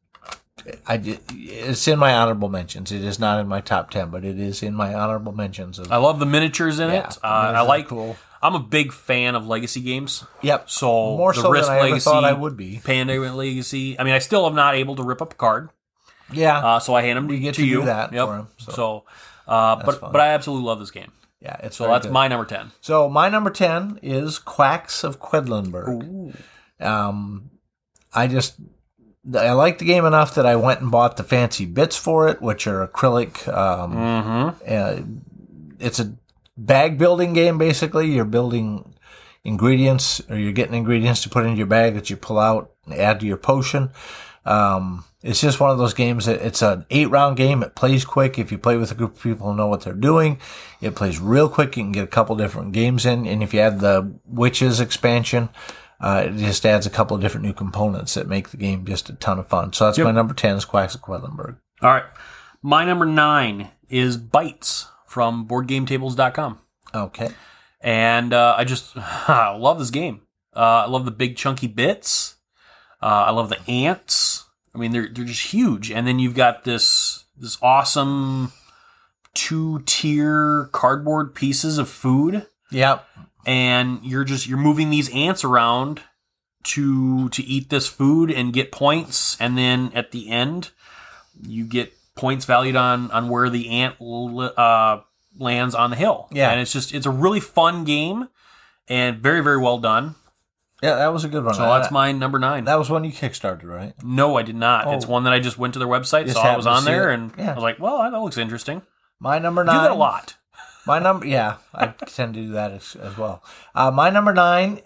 I did, it's in my honorable mentions. It is not in my top ten, but it is in my honorable mentions of I love the miniatures in Yeah, it. the Uh, I miniatures are like. cool. I'm a big fan of legacy games. Yep. So more the so Risk than I ever Legacy, thought I would be. Pandemic Legacy. I mean, I still am not able to rip up a card. Yeah. Uh, so I hand them to, get to to you. do that Yep. for 'em, so. So, uh, but fun. but I absolutely love this game. yeah. It's So that's my number ten. So my number ten is Quacks of Quedlinburg. Um, I just I like the game enough that I went and bought the fancy bits for it, which are acrylic. Um, Mm-hmm. uh, it's a bag building game basically. You're building ingredients, or you're getting ingredients to put into your bag that you pull out and add to your potion. Um, it's just one of those games that it's an eight round game. It plays quick. If you play with a group of people who know what they're doing, it plays real quick. You can get a couple different games in. And if you add the witches expansion, uh, it just adds a couple of different new components that make the game just a ton of fun. So that's my number 10 is Quacks of Quedlinburg. All right. My number nine is Bites from BoardGameTables.com, Okay. and uh, I just [LAUGHS] I love this game. Uh, I love the big chunky bits. Uh, I love the ants. I mean, they're they're just huge. And then you've got this this awesome two tier cardboard pieces of food. Yep. and you're just you're moving these ants around to to eat this food and get points, and then at the end, you get points valued on on where the ant l- uh, lands on the hill. Yeah. and it's just it's a really fun game, and very very well done. Yeah, that was a good one. Uh, So that's my number nine. That was one you kickstarted, right? no, I did not. Oh. It's one that I just went to their website, Just saw it was happened to on see there, it. and Yeah. I was like, "Well, that looks interesting." My number Do nine. that a lot. My number, yeah, I tend to do that as, as well. Uh, my number nine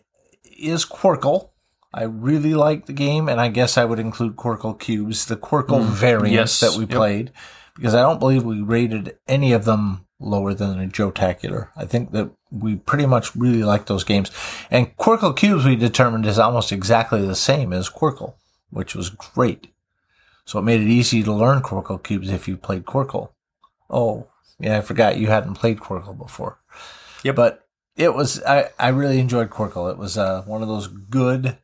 is Quirkle. I really like the game, and I guess I would include Quirkle cubes, the Quirkle Mm, variants yes, that we yep. played, because I don't believe we rated any of them lower than a Joe-tacular. I think that we pretty much really like those games, and Quirkle cubes we determined is almost exactly the same as Quirkle, which was great. So it made it easy to learn Quirkle cubes if you played Quirkle. Oh, yeah, I forgot you hadn't played Quirkle before. Yep. But it was I, I really enjoyed Quirkle. It was uh, one of those good,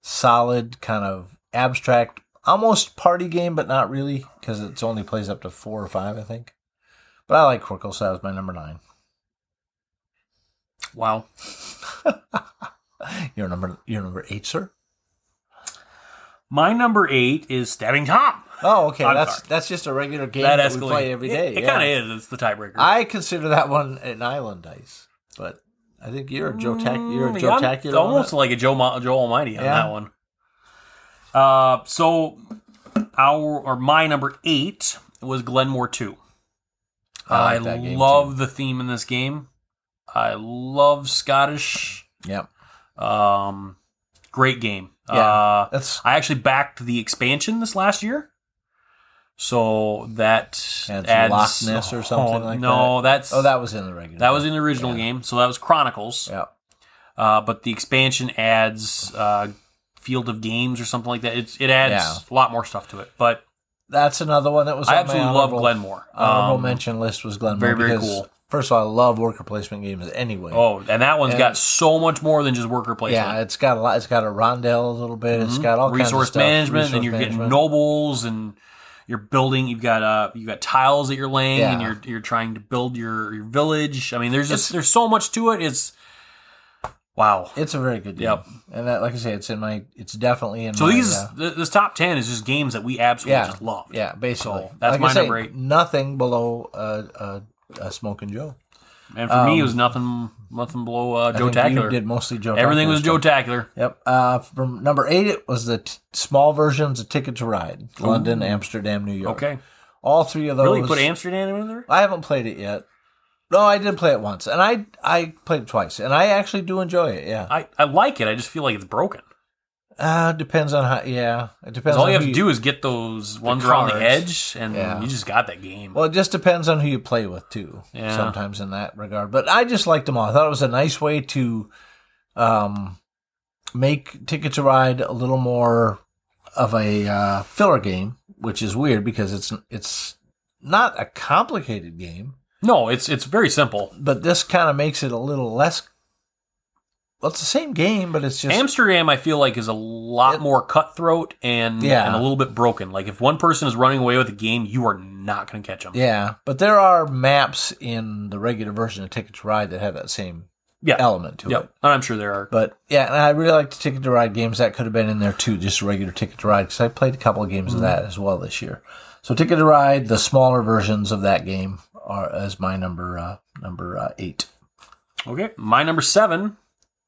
solid kind of abstract, almost party game, but not really because it's only plays up to four or five, I think. But I like Quirkle, so that was my number nine. Wow. Your number, your number eight, sir. My number eight is stabbing Tom. Oh, okay, I'm that's sorry. that's just a regular game That that, escalated. we play every day. It, it yeah. kind of is. It's the tiebreaker. I consider that one an island dice, but I think you're a Joe Tac. You're a Mm, Joe I'm Tacular. on Almost it. like a Joe, Mo- Joe Almighty on Yeah. that one. Uh, so our or my number eight was Glenmore Two. I, I like that game, too. love the theme in this game. I love Scottish. Yep. Um, great game. Yeah. Uh, That's I actually backed the expansion this last year. So that Adds adds, Loch Ness or something like no, that's oh, that was in the regular. that was in the original Yeah. game. So that was Chronicles. yeah. Uh, but the expansion adds uh, Field of Games or something like that. It's, it adds a Yeah. lot more stuff to it. But That's another one that was. I on my absolutely love honorable- Glenmore. Honorable Um, mention list was Glenmore. very, very because, cool. First of all, I love worker placement games anyway. Oh, and that one's And- got so much more than just worker placement. yeah, it's got a lot. It's got a rondel a little bit. It's got all kinds of Mm-hmm. resource stuff. management, Resource and you're getting management. nobles and you're building. You've got uh, you've got tiles that you're laying, and Yeah. you're you're trying to build your, your village. I mean, there's just there's so much to it. It's wow. It's a very good game. Yep. And that, like I say, it's in my. It's definitely in. So my, these uh, th- this top ten is just games that we absolutely yeah, just love. yeah, basically. So that's Like I my say, number eight. Nothing below uh, uh, uh, Smoke and Joe. And for me, it was nothing nothing below uh, Um, I Joe think you Tacular. did mostly Joe. Everything Tacular was stuff. Joe Tacular. Yep. Uh, from number eight, it was the t- small versions of Ticket to Ride, London, Amsterdam, New York. Okay, All three of those. really put Amsterdam in there. I haven't played it yet. No, I did play it once, and I I played it twice, and I actually do enjoy it. Yeah. I, I like it. I just feel like it's broken. Uh depends on how. Yeah, it depends. 'Cause all on you have who to do is get those ones around the cards. edge, and Yeah. you just got that game. Well, it just depends on who you play with too. Yeah. Sometimes in that regard, but I just liked them all. I thought it was a nice way to um, make Ticket to Ride a little more of a uh, filler game, which is weird because it's it's not a complicated game, no, it's it's very simple. but this kind of makes it a little less. Well, it's the same game, but it's just Amsterdam, I feel like, is a lot It- more cutthroat and Yeah. and a little bit broken. Like if one person is running away with a game, you are not going to catch them. yeah. But there are maps in the regular version of Ticket to Ride that have that same Yeah. element to Yep. it. And I'm sure there are. But yeah, and I really like the Ticket to Ride games. That could have been in there too, just regular Ticket to Ride, because I played a couple of Mm. games of that as well this year. So Ticket to Ride, the smaller versions of that game, are as my number uh, number uh, eight. Okay. My number seven,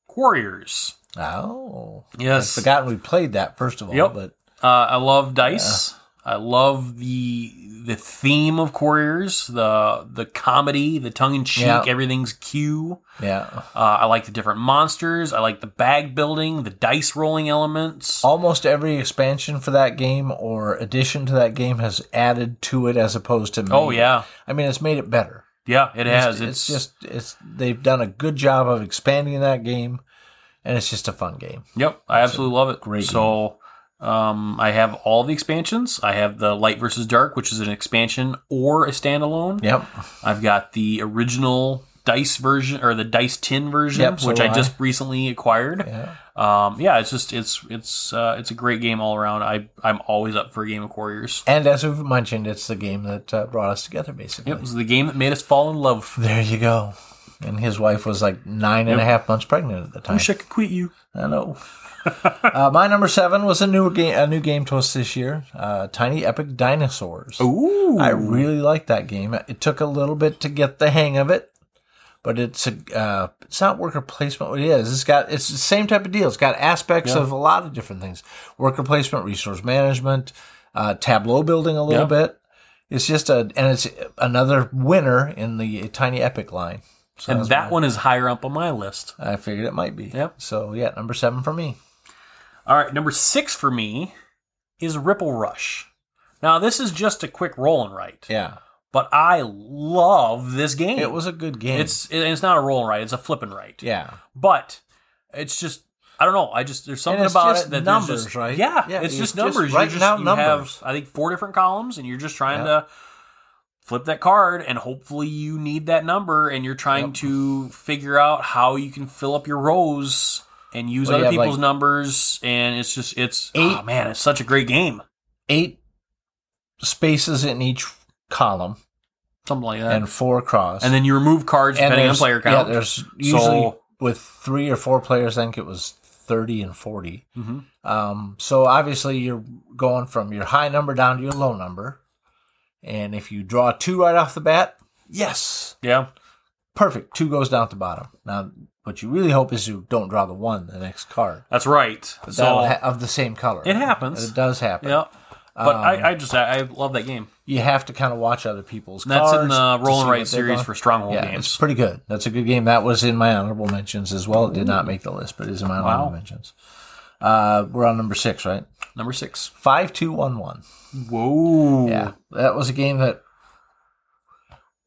Quarriors. Oh, Yes. I'd forgotten we played that first of all. Yep. But Uh, I love dice. I love the the theme of Quarriors, the the comedy, the tongue in cheek, Yeah. everything's Q. yeah, Uh, I like the different monsters. I like the bag building, the dice rolling elements. almost every expansion for that game or addition to that game has added to it, as opposed to Oh made it- yeah, I mean it's made it better. yeah, it has. it's, it's just it's they've done a good job of expanding that game, and it's just a fun game. Yep, I absolutely love it. great So, um, I have all the expansions. I have the Light versus Dark, which is an expansion or a standalone. Yep. I've got the original dice version or the dice tin version, Yep, so which do I, I. just recently acquired. Yeah. Um, yeah, it's just it's it's uh, it's a great game all around. I I'm always up for a game of Warriors. And as we've mentioned, it's the game that uh, brought us together, basically. [LAUGHS] Yep, it was the game that made us fall in love. There you go. And his wife was like nine and a half months pregnant at the time. Wish I could quit you. I [LAUGHS] know. uh, my number seven was a new game, a new game to us this year. Uh, Tiny Epic Dinosaurs. Ooh. I really liked that game. It took a little bit to get the hang of it, but it's a uh, it's not worker placement. It is. It's got it's the same type of deal. It's got aspects of a lot of different things: worker placement, resource management, uh, tableau building a little Yeah. bit. It's just a and it's another winner in the Tiny Epic line. So and that's that one is higher up on my list. my- I figured it might be. Yep. So yeah, number seven for me. All right, number six for me is Ripple Rush. Now, this is just a quick roll and write, Yeah. but I love this game. It was a good game. It's it- it's not a roll and write; it's a flip and write. yeah. But it's just I don't know. I just there's something it's about just it that there's numbers, just, right? Yeah, Yeah, it's, it's just just numbers. You're writing just, out you numbers. have I think four different columns, and you're just trying Yeah. to flip that card, and hopefully you need that number, and you're trying Yep. to figure out how you can fill up your rows and use Well, you other have, like, people's numbers, and it's just it's oh eight- man, it's such a great game. Eight spaces in each column Something like that. and four across. And then you remove cards And depending on there's- player count. Yeah, there's usually So- with three or four players, I think it was 30 and 40. Mhm. Um, so obviously you're going from your high number down to your low number. And if you draw two right off the bat, yes, yeah. perfect. Two goes down at the bottom. Now, what you really hope is you don't draw the one, the next card. That's right. So That'll ha- of the same color. It happens. It does happen. yeah. But Um, I, I just I, I love that game. you have to kind of watch other people's That's in cards. the to Roll and see what Write they're series going- for Stronghold yeah, it's games. pretty good. That's a good game. That was in my honorable mentions as well. It did not make the list, but it is in my honorable Wow. mentions. Uh, we're on number six, right? Number six. Five two one one. Whoa. Yeah, that was a game that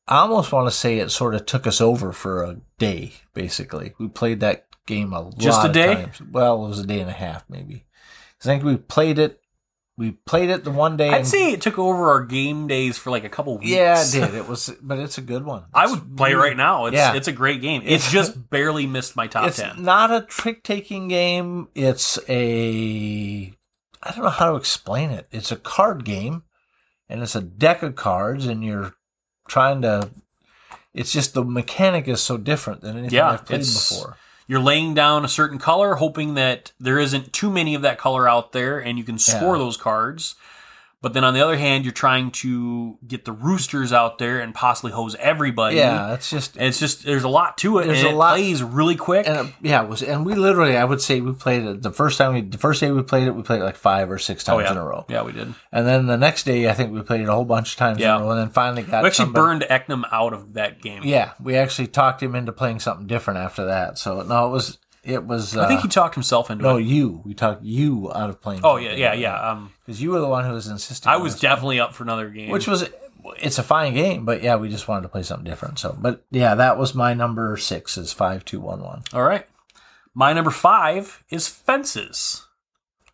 I almost want to say it sort of took us over for a day. Basically, we played that game a Just lot a of day? times. Well, it was a day and a half, maybe. 'Cause I think we played it. We played it the one day. I'd and- say it took over our game days for like a couple weeks. Yeah, it did. It was, but it's a good one. I It's would play really- right now. It's Yeah. Mm. it's a great game. It just [LAUGHS] barely missed my top it's ten. not a trick taking game. It's a I don't know how to explain it. It's a card game, and it's a deck of cards, and you're trying to. It's just the mechanic is so different than anything Yeah, I've played it's- before. You're laying down a certain color, hoping that there isn't too many of that color out there, and you can score those cards. But then on the other hand, you're trying to get the roosters out there and possibly hose everybody. Yeah, it's just uh, And it's just there's a lot to it. There's and a it lot- plays really quick. and it, yeah, it was and we literally I would say we played it the first time we the first day we played it we played it like five or six times oh yeah, in a row, yeah, we did. and then the next day I think we played it a whole bunch of times Yeah. in a row, and then finally got We actually somebody- burned Eknam out of that game. Yeah, we actually talked him into playing something different after that. So no, it was it was. Uh, I think he talked himself into no it. you. We talked you out of playing. Oh yeah, yeah, yeah. Um, Because you were the one who was insisting. I on was this, definitely up for another game. which was it's a fine game, but yeah, we just wanted to play something different. So, but yeah, that was my number six is five two one one all right. My number five is Fences.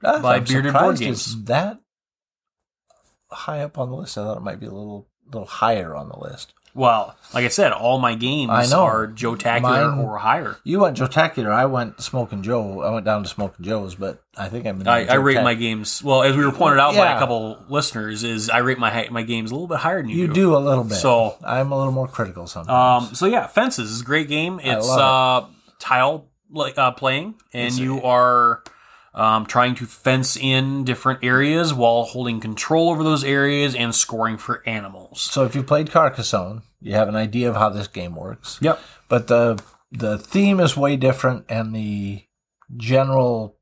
Ah, By Bearded Board Games. That high up on the list. I thought it might be a little little higher on the list. Well, like I said, all my games I know. are Joe Tacular Mine- or higher. You went Joe Tacular. I went Smoking Joe. I went down to Smoking Joe's, but I think I'm. in I, the I Joe rate Tac- my games well, as we were pointed out by Yeah. a couple listeners, is I rate my hi- my games a little bit higher than you, You do a little bit. So- I'm a little more critical sometimes. Um, so yeah, Fences is a great game. It's uh, love tile like uh, playing, and It's a- you are um, trying to fence in different areas while holding control over those areas and scoring for animals. so if you played Carcassonne, you have an idea of how this game works. Yep. But the the theme is way different, and the general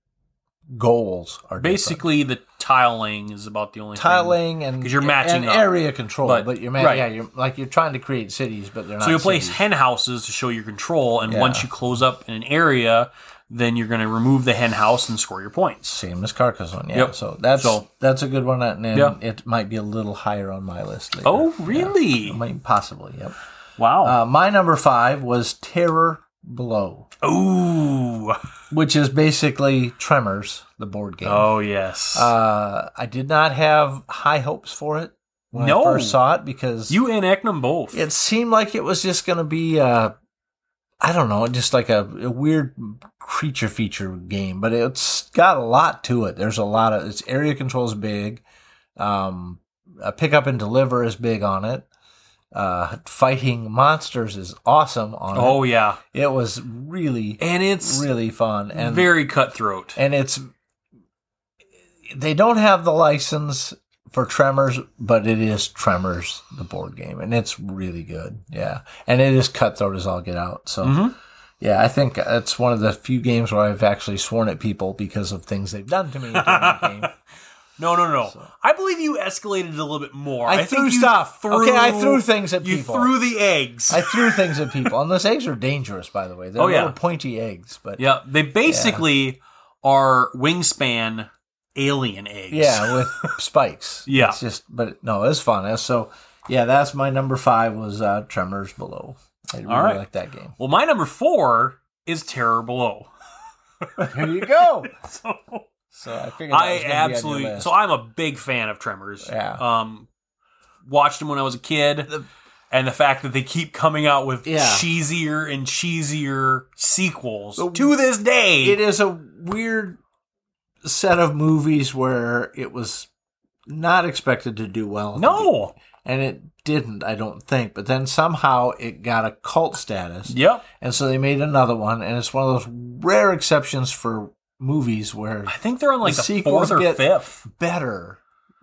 goals are different. Basically, the tiling is about the only Thing. tiling and 'Cause you're matching and up. area control. But- But, you're ma- right. yeah, you're like you're trying to create cities, but they're not. So you'll place cities. hen houses to show your control, and Yeah. once you close up in an area, then you're going to remove the hen house and score your points. same as Carcassonne. Yeah. Yep. So that's So- that's a good one, and and Yeah. it might be a little higher on my list. Later. Oh, really? might possibly. Yep. Wow. Uh, my number five was Terror Blow. Ooh. which is basically Tremors, the board game. Oh yes. Uh, I did not have high hopes for it when No. I first saw it because you and Eknam both. it seemed like it was just going to be, uh, I don't know, just like a, a weird creature feature game. But it's got a lot to it. There's a lot of its area control is big. Um, uh, pick up and deliver is big on it. uh, fighting monsters is awesome on it. Oh yeah, It was really, and it's really fun. And very cutthroat. and it's they don't have the license for Tremors, but it is Tremors, the board game, and it's really good. Yeah, and it is cutthroat as all get out. So, Mhm. yeah, I think it's one of the few games where I've actually sworn at people because of things they've done to me [LAUGHS] during the game. No, no, no. I believe you escalated it a little bit more. I think threw you stuff. Okay, I threw things at you people. threw the eggs. I threw things at people, and those eggs are dangerous, by the way. They're Oh, yeah. little pointy eggs, but yeah, they basically are wingspan alien eggs. Yeah, with [LAUGHS] spikes. Yeah. It's just, but no, it was fun. So, yeah, that's my number five was uh, Tremors Below. I really right. like that game. Well, my number four is Terror Below. [LAUGHS] Here you go. [LAUGHS] So So I figured that I was gonna Be on your absolutely. list. So I'm a big fan of Tremors. Yeah. Um, watched them when I was a kid, and the fact that they keep coming out with Yeah. cheesier and cheesier sequels to this day. it is a weird set of movies where it was not expected to do well. no. and it didn't, I don't think. But then somehow it got a cult status. Yep. And so they made another one, and it's one of those rare exceptions for movies where I think they're on like The the, sequels fourth or get- fifth. better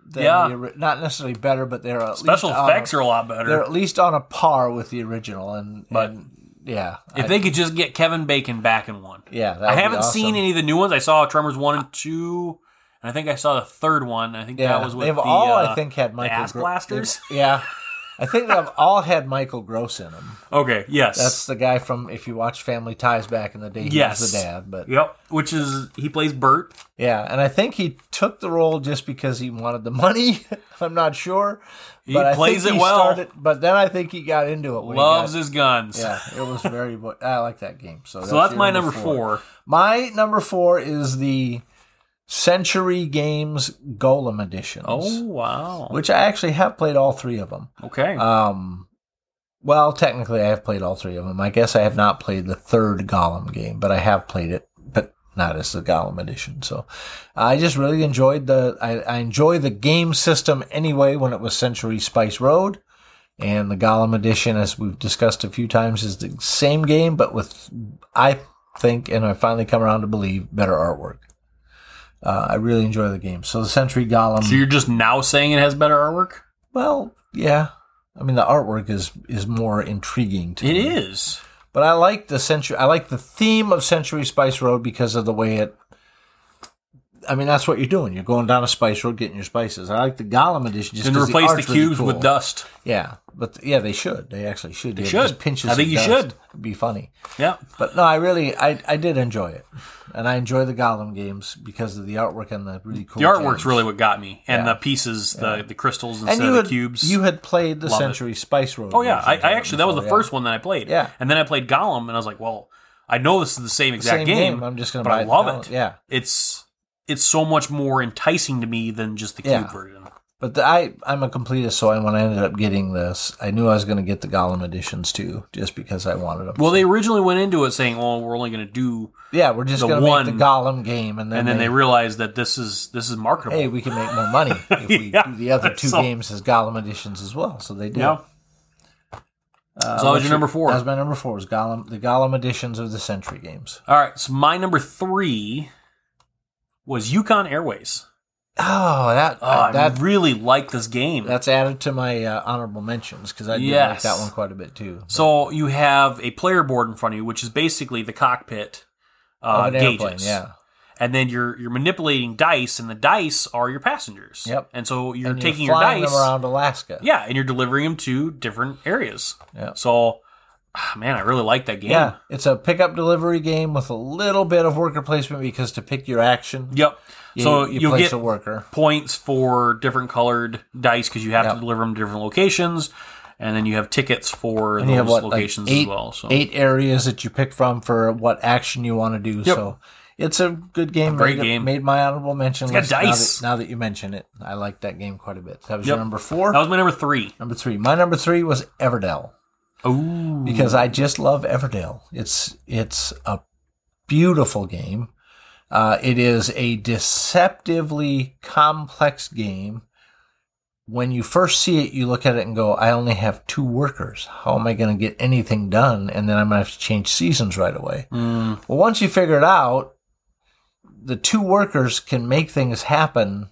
than Yeah. the ori- not necessarily better, but they're at Special least effects on, are a lot um, they're better. at least on a par with the original. And But- and, yeah, If I- they could just get Kevin Bacon back in one. yeah, that I would be haven't seen awesome. any of the new ones. I saw Tremors one and two, and I think I saw the third one. I think Yeah, that was with they've the all uh, I think had Michael ass blasters? they've- Yeah, I think they've all had Michael Gross in them. Okay, yes, That's the guy from if you watch Family Ties back in the day. He Yes. was the dad, but yep. Which is he plays Bert. yeah, and I think he took the role just because he wanted the money. [LAUGHS] I'm not sure. He plays it well. but then I think he got into it. When he got- Loves his guns. [LAUGHS] Yeah, it was very. bo- I like that game. So that's, So that's your my number four. My number four is the Century Games Golem editions, Oh wow. which I actually have played all three of them. Okay. Um, well, technically, I have played all three of them. I guess I have not played the third Golem game, but I have played it, but not as the Golem edition. So I just really enjoyed the. I, I enjoy the game system anyway when it was Century Spice Road. And the Golem edition, as we've discussed a few times, is the same game, but with, I think, and I finally come around to believe, better artwork. Uh, I really enjoy the game. So the Century Golem. so you're just now saying it has better artwork? Well, yeah. I mean, the artwork is is more intriguing to It me. is. But I like the century. I like the theme of Century Spice Road because of the way it. I mean, that's what you're doing. You're going down a spice road, getting your spices. I like the Golem edition just And 'cause replace the, art's really cubes cool. with dust. Yeah, but yeah, they should. They actually should. They should. Just pinches I think of you dust. should. It'd be funny. Yeah. But no, I really, I, I did enjoy it, and I enjoy the Golem games because of the artwork and the really cool. The artwork's gems. really what got me, and Yeah. the pieces, the, the crystals And instead you of had the cubes. you had played the Love it. Century Spice Road. Oh yeah, I, versions I of it actually that was the before, yeah. first one that I played. Yeah. and then I played Gollum, and I was like, well, I know this is the same exact Same game, I'm just going to but buy I the love Golem. it. Yeah, It's it's so much more enticing to me than just the cube Yeah. version. but the, I I'm a completist, so I, when I ended up getting this, I knew I was going to get the Golem editions too, just because I wanted them. Well, they originally went into it saying, well, we're only going to do, yeah, we're just the going to make one- the Golem game, and then, and then they they, realized that this is this is marketable. hey, we can make more [LAUGHS] money if we Yeah, do the other two so- games as Golem editions as well. So they did. yeah. Uh, So that was what's your number four. That was my number four. Was Golem the Golem editions of the Century games? All right. So my number three was Yukon Airways. Oh, that Oh, I that really like this game. that's added to my uh, honorable mentions because I do like Yes. that one quite a bit too. So you have a player board in front of you, which is basically the cockpit uh, Of an gauges. airplane, yeah. and then you're you're manipulating dice, and the dice are your passengers. Yep. And so you're And taking your flying dice, them around Alaska. yeah, and you're delivering them to different areas. Yep. So, ah, man, I really like that game. Yeah, it's a pickup delivery game with a little bit of worker placement because to pick your action, Yep. you, so you you will place get a worker. points for different colored dice because you have Yep. to deliver them to different locations, and then you have tickets for And those you have what, like locations eight, as well. So eight areas that you pick from for what action you want to do. So it's a good game. Great made, game. Made my honorable mention. got list now that- dice. Now that, you mention it, I like that game quite a bit. That was Yep. your number four. that was my number three. number three. My number three was Everdell. Oh, because I just love Everdale. It's it's a beautiful game. Uh, it is a deceptively complex game when you first see it, you look at it and go, I only have two workers. How am I going to get anything done? And then I'm going to have to change seasons right away. Well, once you figure it out, the two workers can make things happen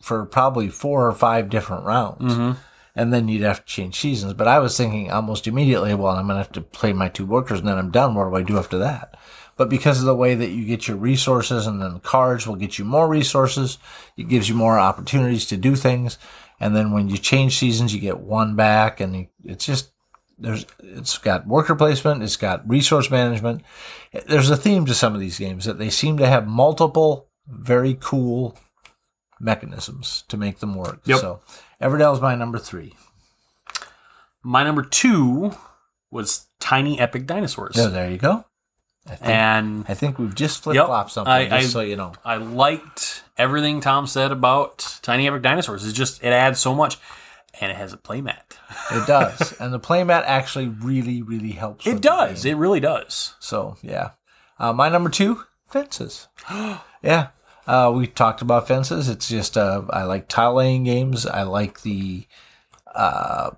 for probably four or five different rounds. Mm-hmm. And then you'd have to change seasons. But I was thinking almost immediately, well, I'm going to have to play my two workers and then I'm done. What do I do after that? But because of the way that you get your resources and then cards will get you more resources, it gives you more opportunities to do things. And then when you change seasons, you get one back and you- it's just, there's, it's got worker placement. It's got resource management. There's a theme to some of these games that they seem to have multiple very cool mechanisms to make them work. Yep. So Everdell's my number three. My number two was Tiny Epic Dinosaurs. So there you go. And I think we've just flip flopped something, I- just I- so you know. I liked everything Tom said about Tiny Epic Dinosaurs. It's just it adds so much, and it has a [LAUGHS] playmat. It does. and the playmat actually really, really helps. It with the does. game. It really does. So, yeah. Uh, my number two, [GASPS] fences. yeah. Uh, we talked about fences. It's just, uh, I like tile laying games. I like the, uh,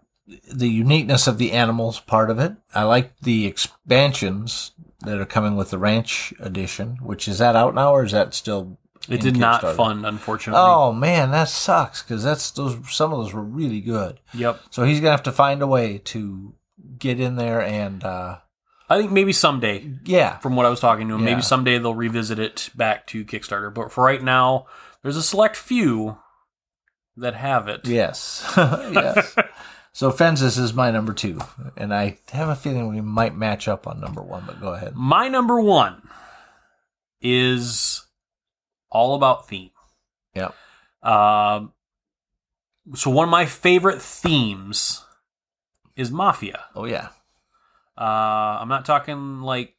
the uniqueness of the animals part of it. I like the expansions that are coming with the ranch edition, which is that out now or is that still? It in did not Kickstarter? fund, unfortunately. Oh man, that sucks because that's those. Some of those were really good. Yep. So he's gonna have to find a way to get in there and uh I think maybe someday yeah. from what I was talking to him. Yeah. Maybe someday they'll revisit it back to Kickstarter. But for right now, there's a select few that have it. Yes. [LAUGHS] yes. So Fences is my number two. And I have a feeling we might match up on number one, but go ahead. My number one is all about theme. Yep. Um, so one of my favorite themes is mafia. Oh yeah. Uh, I'm not talking like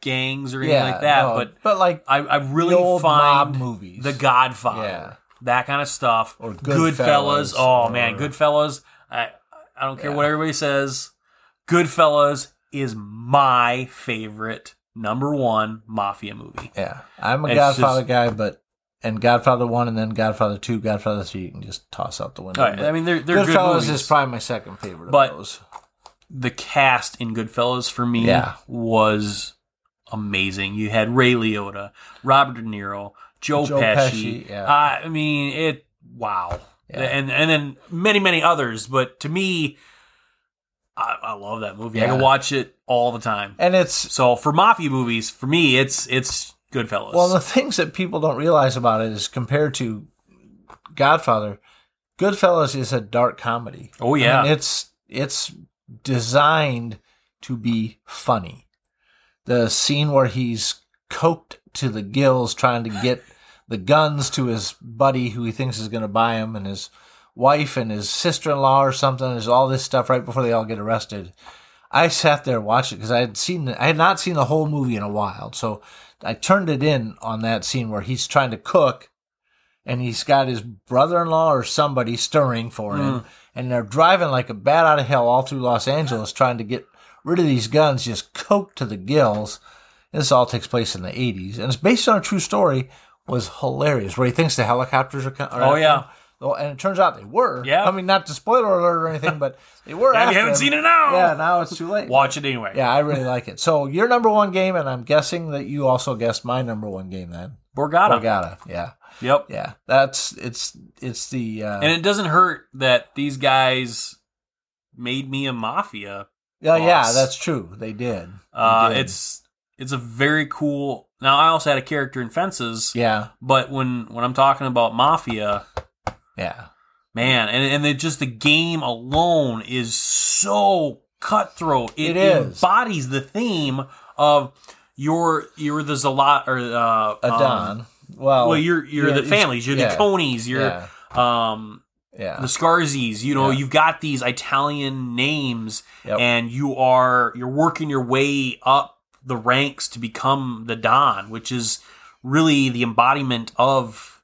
gangs or anything yeah. like that, no, but but like I, I really the old mob find movies. The Godfather, Yeah. that kind of stuff. Or Goodfellas, Goodfellas. Oh man, or- Goodfellas. I I don't care what Yeah. everybody says. Goodfellas is my favorite number one mafia movie. Yeah. I'm a It's Godfather just- guy, but and Godfather one and then Godfather two, Godfather three, you can just toss out the window. All right, But I mean they're they're good Goodfellas movies. is probably my second favorite But- of those. the cast in Goodfellas for me Yeah. was amazing. You had Ray Liotta, Robert De Niro, Joe, Joe Pesci. Pesci, yeah. I I mean, it wow, Yeah. and and then many many others. But to me, I, I love that movie. I can Yeah. watch it all the time. And it's So for mafia movies, for me, it's it's Goodfellas. Well, the things that people don't realize about it is compared to Godfather, Goodfellas is a dark comedy. oh I yeah, mean, it's it's designed to be funny. The scene where he's coked to the gills trying to get the guns to his buddy who he thinks is going to buy him and his wife and his sister-in-law or something is all this stuff right before they all get arrested. I sat there watching because I had seen the- I had not seen the whole movie in a while, so I turned it in on that scene where he's trying to cook, and he's got his brother-in-law or somebody stirring for Mm. him, and they're driving like a bat out of hell all through Los Angeles trying to get rid of these guns, just coked to the gills. This all takes place in the '80s, and it's based on a true story. Was hilarious where he thinks the helicopters are. co- are Oh, after yeah. him. Well, and it turns out they were. Yeah. I mean, not to spoiler alert or anything, but they [LAUGHS] were. Yeah, if after you haven't him. seen it now, Yeah, now it's too late. watch it anyway. Yeah, I really like it. So your number one game, and I'm guessing that you also guessed my number one game then. Borgata. Borgata. Yeah, Yep. yeah. That's it's it's the uh, And it doesn't hurt that these guys made me a mafia yeah yeah boss. that's true. They did. They Uh, did. it's it's a very cool. Now I also had a character in Fences, yeah but when when I'm talking about Mafia, yeah man, and and it just the game alone is so cutthroat. It, It is. embodies the theme of you're you're the Zalat or uh, a um, Don. well, well, you're you're yeah, the it's- families. You're yeah. the Conies. You're yeah um yeah the Scarzies. You know, Yeah. you've got these Italian names, Yep. and you are you're working your way up the ranks to become the Don, which is really the embodiment of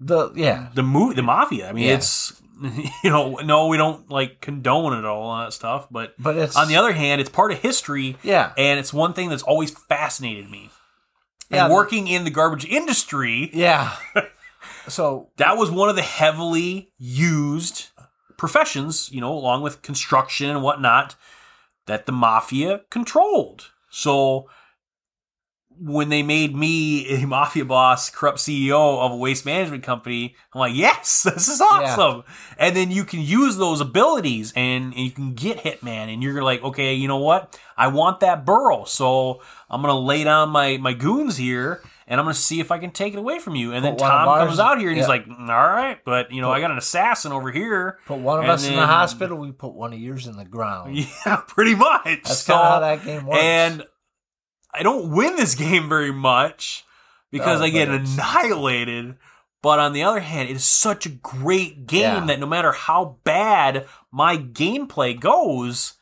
the yeah the movie, the mafia. I mean, Yeah. it's [LAUGHS] you know, no, we don't like condone it all and that stuff, but but it's on the other hand, it's part of history. yeah And it's one thing that's always fascinated me. [LAUGHS] Yeah. And working in the garbage industry, yeah So That was one of the heavily used professions, you know, along with construction and whatnot, that the mafia controlled. So when they made me a [LAUGHS] mafia boss, corrupt CEO of a waste management company, I'm like, yes, [LAUGHS] this is awesome. And then you can use those abilities and, and you can get Hitman and you're like, okay, you know what? I want that burrow. So I'm going to lay down my, my goons here and I'm going to see if I can take it away from you. And then But one of Tom ours- comes out here and he's yeah. like, all right, but you know, I got an assassin over here. [LAUGHS] put one of And us in the then- hospital, we put one of yours in the ground. Yeah, pretty much. That's So- kind of how that game works. and I don't win this [LAUGHS] game very much because No, I get Oh, but it's- annihilated. But on the other hand, it is such a great game Yeah. that no matter how bad my gameplay goes,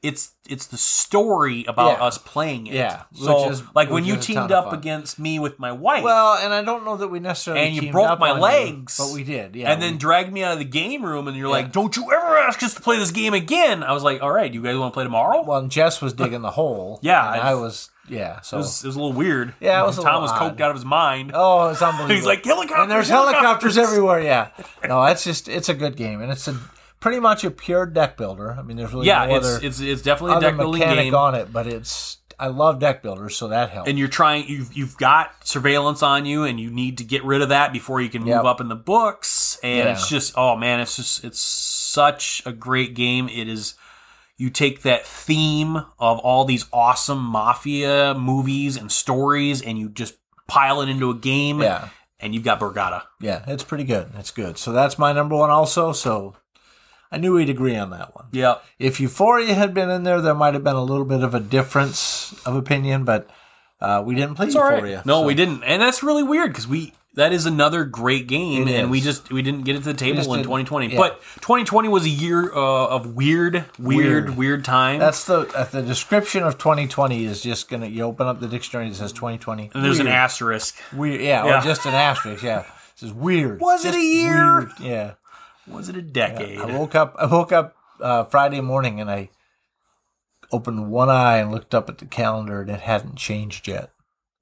it's it's the story about Yeah. us playing it. Yeah, which So is- like when which you is a ton teamed of up fun. against me with my wife well, and I don't know that we necessarily And you teamed broke up my on you, legs. but we did. Yeah, and then we- dragged me out of the game room and you're Yeah. like, Don't you ever ask us to play this game again. I was like, All right, you guys wanna play tomorrow? well, and Jess was digging the hole. [LAUGHS] Yeah, and I- I was. Yeah, so It was, it was a little weird. Yeah, it was a Tom little was odd. coked out of his mind. oh, it's [LAUGHS] unbelievable. He's like helicopters, and there's helicopters everywhere. [LAUGHS] Yeah, no, it's just it's a good game, and it's a pretty much a pure deck builder. I mean, there's really Yeah, no it's, other, it's it's definitely a other deck building mechanic game, on it, but it's I love deck builders, so that helps. and you're trying. You've you've got surveillance on you, and you need to get rid of that before you can move Yep. up in the books. And Yeah. it's just oh man, it's just it's such a great game. It is. You take that theme of all these awesome mafia movies and stories, and you just pile it into a game. Yeah. and you've got Borgata. yeah, it's pretty good. It's good. So that's my number one, also. So I knew we'd agree on that one. Yeah, If Euphoria had been in there, there might have been a little bit of a difference of opinion, but uh, we didn't play It's all right. Euphoria. No, so we didn't, and that's really weird because we that is another great game, It and we is. just we didn't get it to the table in just didn't- 2020. yeah. But 2020 was a year uh, of weird, weird, weird, Weird. time. That's the uh, the description of 2020 is just gonna. You open up the dictionary, it says 2020. and there's an Weird. asterisk. Weird, yeah, Yeah. or just an asterisk, yeah. This is weird. Was it Just a year? weird, Yeah. Was it a decade? I woke up. I woke up uh, Friday morning and I opened one eye and looked up at the calendar and it hadn't changed yet.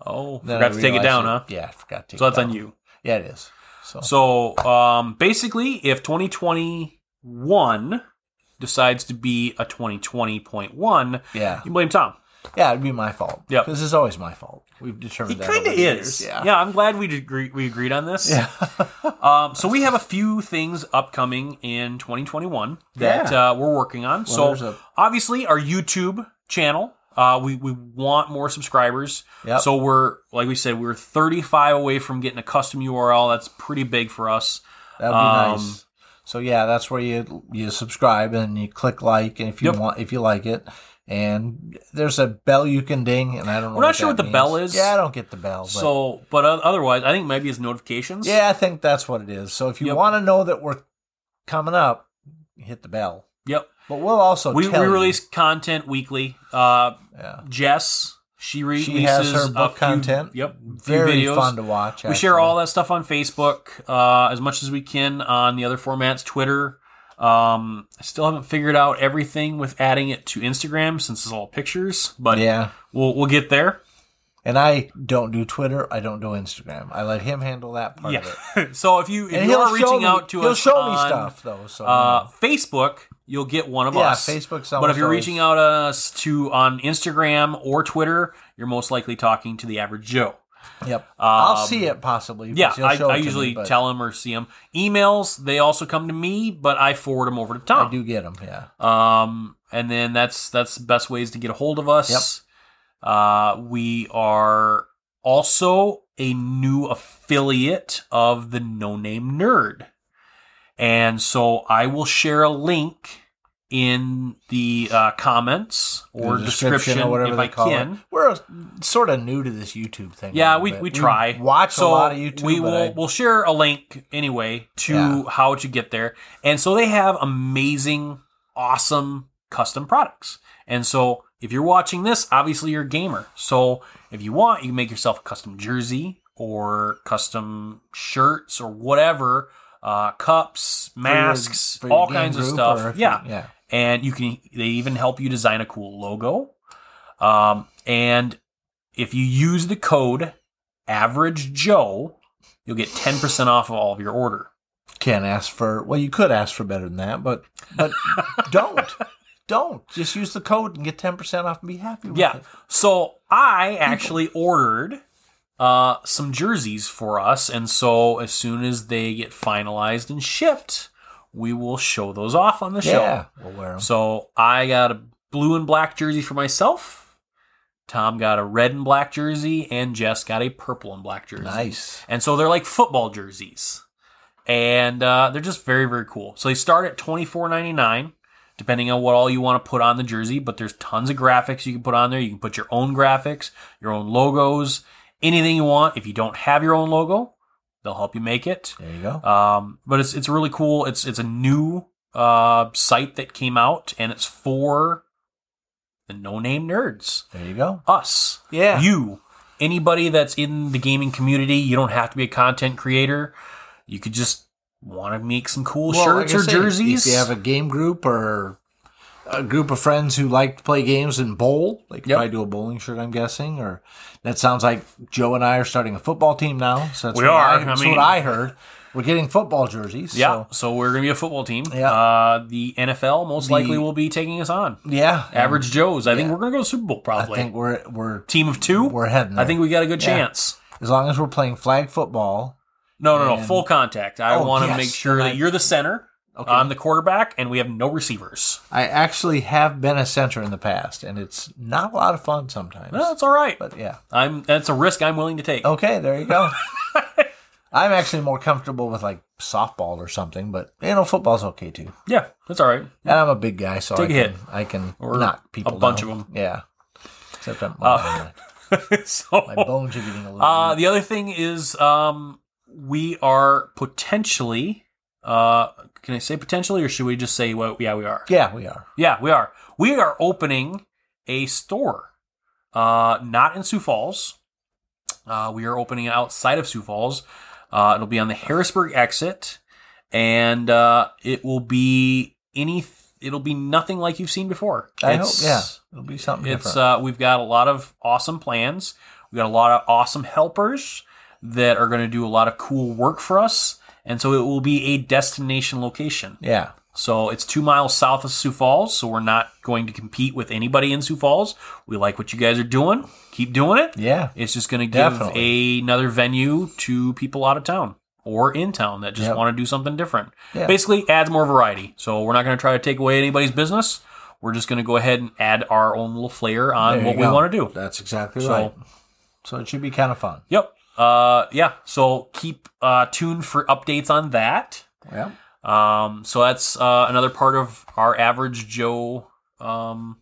oh, Then forgot I to take it down, huh? realized it- Yeah, I forgot to. Take So it that's on down. you. Yeah, it is. So, So um, basically, if 2021 decides to be a 2020.1, yeah, you blame Tom. yeah, it'd be my fault. Yeah. because it's always my fault. We've determined It that. kind of over the is. years. Yeah. Yeah. I'm glad we agree, we agreed on this. [LAUGHS] um, so we have a few things upcoming in 2021 that uh, we're working on. there's so a- obviously our YouTube channel. Uh, we we want more subscribers. Yep. So we're like we said, we're 35 away from getting a custom URL. That's pretty big for us. That'd be Um, nice. So yeah, that's where you you subscribe and you click like and if you Yep. want if you like it. And there's a bell you can ding, and I don't know. We're not sure that what the bell means. is. Yeah, I don't get the bell. But So, but o- otherwise, I think maybe it's notifications. yeah, I think that's what it is. So if you Yep. want to know that we're coming up, hit the bell. Yep. But we'll also We, tell we you. release content weekly. Uh, Yeah. Jess, she releases She has her a book few- content. Yep, few Very videos. fun to watch. We share all that stuff on Facebook uh, as much as we can on the other formats, Twitter. Um, I still haven't figured out everything with adding it to Instagram since it's all pictures, but Yeah. we'll we'll get there. And I don't do Twitter. I don't do Instagram. I let him handle that part of it. Yeah. [LAUGHS] so if you if And you he'll are show reaching me, out to he'll us show me on, stuff though. So uh, Facebook, you'll get one of Yeah, us. Facebook's But if almost you're always- reaching out to us to on Instagram or Twitter, you're most likely talking to the average Joe. Yep. I'll see it possibly. um, Yeah, because he'll I, show I it to usually me, but tell him or see him. Emails, they also come to me, but I forward them over to I Tom. do get them. Yeah. Um, and then that's that's the best ways to get a hold of us. Uh, we are also a new affiliate of the No Name Nerd, and so I will share a link in the uh, comments or The description, or whatever if they I call can. it. We're sort of new to this YouTube thing. a Yeah, little we, bit. we try. watch so a lot of YouTube. We but will I- we'll share a link anyway to Yeah. how to get there. And so they have amazing, awesome custom products. And so if you're watching this, obviously you're a gamer. So if you want, you can make yourself a custom jersey or custom shirts or whatever, uh, cups, for your- masks, for your all game kinds of group or stuff. if you- Yeah yeah. and you can they even help you design a cool logo um, and if you use the code average joe you'll get 10% off of all of your order. Can't ask for well, you could ask for better than that, but [LAUGHS] but don't. Don't. Just use the code and get ten percent off and be happy with Yeah. it. So I actually ordered uh, some jerseys for us, and so as soon as they get finalized and shipped, we will show those off on the Yeah. show. We'll wear 'em. So I got a blue and black jersey for myself. Tom got a red and black jersey, and Jess got a purple and black jersey. Nice. And so they're like football jerseys. And uh, they're just very, very cool. So they start at twenty four ninety nine, depending on what all you want to put on the jersey. But there's tons of graphics you can put on there. You can put your own graphics, your own logos, anything you want. If you don't have your own logo, they'll help you make it. There you go. Um, but it's it's really cool. It's it's a new uh, site that came out, and it's for the no name nerds There you go. us. Yeah. You. Anybody that's in the gaming community, you don't have to be a content creator. You could just want to make some cool Well, like shirts I or say, jerseys. If you have a game group or a group of friends who like to play games and bowl, they could Yep. probably do a bowling shirt, I'm guessing. Or that sounds like Joe and I are starting a football team now. So that's We what are, I, I that's mean- what I heard. We're getting football jerseys. yeah, So, so. we're gonna be a football team. Yeah. Uh, the NFL most The- likely will be taking us on. yeah. Average Joe's. I think Yeah. we're gonna go to Super Bowl I probably. think we're we're team of two. we're heading. There. I think we got a good Yeah. chance. as long as we're playing flag football, No, no, no. And- Full contact. I Oh, want to yes, make sure then I- that you're the center. Okay. I'm the quarterback, and we have no receivers. I actually have been a center in the past, and it's not a lot of fun sometimes. No, it's all right. But Oh. yeah. I'm. That's a risk I'm willing to take. Okay, there you go. [LAUGHS] I'm actually more comfortable with like softball or something, but you know, football's okay too. Yeah, that's all [LAUGHS] right. And I'm a big guy, so Take I a can, hit. I can Or knock people. bunch down. of 'em. Yeah. Except I'm, uh, so [LAUGHS] my bones are getting a little. Uh, the other thing is, um, we are potentially. Uh, can I say potentially, or should we just say, well, yeah, we are. yeah, we are. Yeah, we are. We are opening a store, uh, not in Sioux Falls. Uh, we are opening outside of Sioux Falls. Uh, it'll be on the Harrisburg exit, and uh, it will be any. It'll be nothing like you've seen before. I hope. It's- Yeah, it'll be something it's different. uh, we've got a lot of awesome plans. We got a lot of awesome helpers that are going to do a lot of cool work for us, and so it will be a destination location. yeah, So it's two miles south of Sioux Falls, so we're not going to compete with anybody in Sioux Falls. We like what you guys are doing. Keep doing it. yeah. It's just going to give Definitely. another venue to people out of town or in town that just Yep. want to do something different. Yeah. Basically, adds more variety. So we're not going to try to take away anybody's business. We're just going to go ahead and add our own little flair on There what you we go. want to do. That's exactly So- right. So it should be kind of fun. Yep. Uh, yeah. So keep uh, tuned for updates on that. Yeah. Um, so that's uh, another part of our average Joe. Um,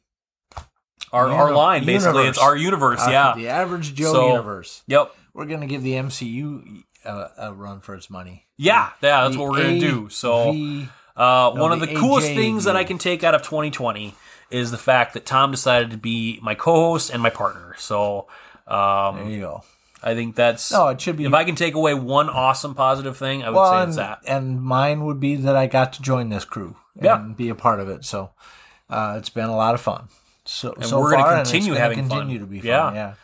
our, our Uni- line basically universe. it's our universe Uh, yeah The average Joe So- universe. yep We're gonna give the MCU a, uh, a run for its money. E yeah yeah that's The what we're gonna do so AV Uh, one of the the coolest AJ things that I view. can take out of 2020 is the fact that Tom decided to be my co-host and my partner. So There um, you go. I think that's No, it should be. if I can take away one awesome positive thing, I would well, say and, it's that. and mine would be that I got to join this crew and Yeah. be a part of it. So uh, it's been a lot of fun. So, so we're gonna far, and it's continue gonna having fun. continue to be fun. Yeah. Yeah, yeah.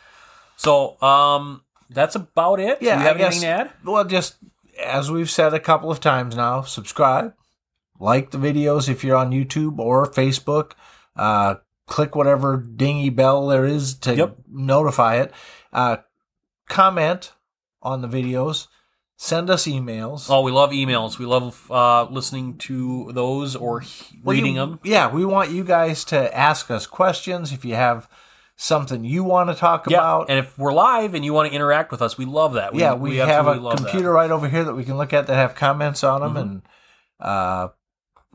So um, that's about it. Do you have I guess- anything to add? Well, just as we've said a couple of times now, subscribe, like the videos if you're on YouTube or Facebook. Uh, click whatever dingy bell there is to Yep. notify it. Uh, comment on the videos. Send us emails. Oh, we love emails. We love uh, listening to those or he- Well, you- reading them. Yeah, we want you guys to ask us questions if you have something you want to talk Yeah, about. and if we're live and you want to interact with us, we love that. yeah, we, have absolutely a love that. Mm-hmm. computer right over here that we can look at that have comments on them, and uh,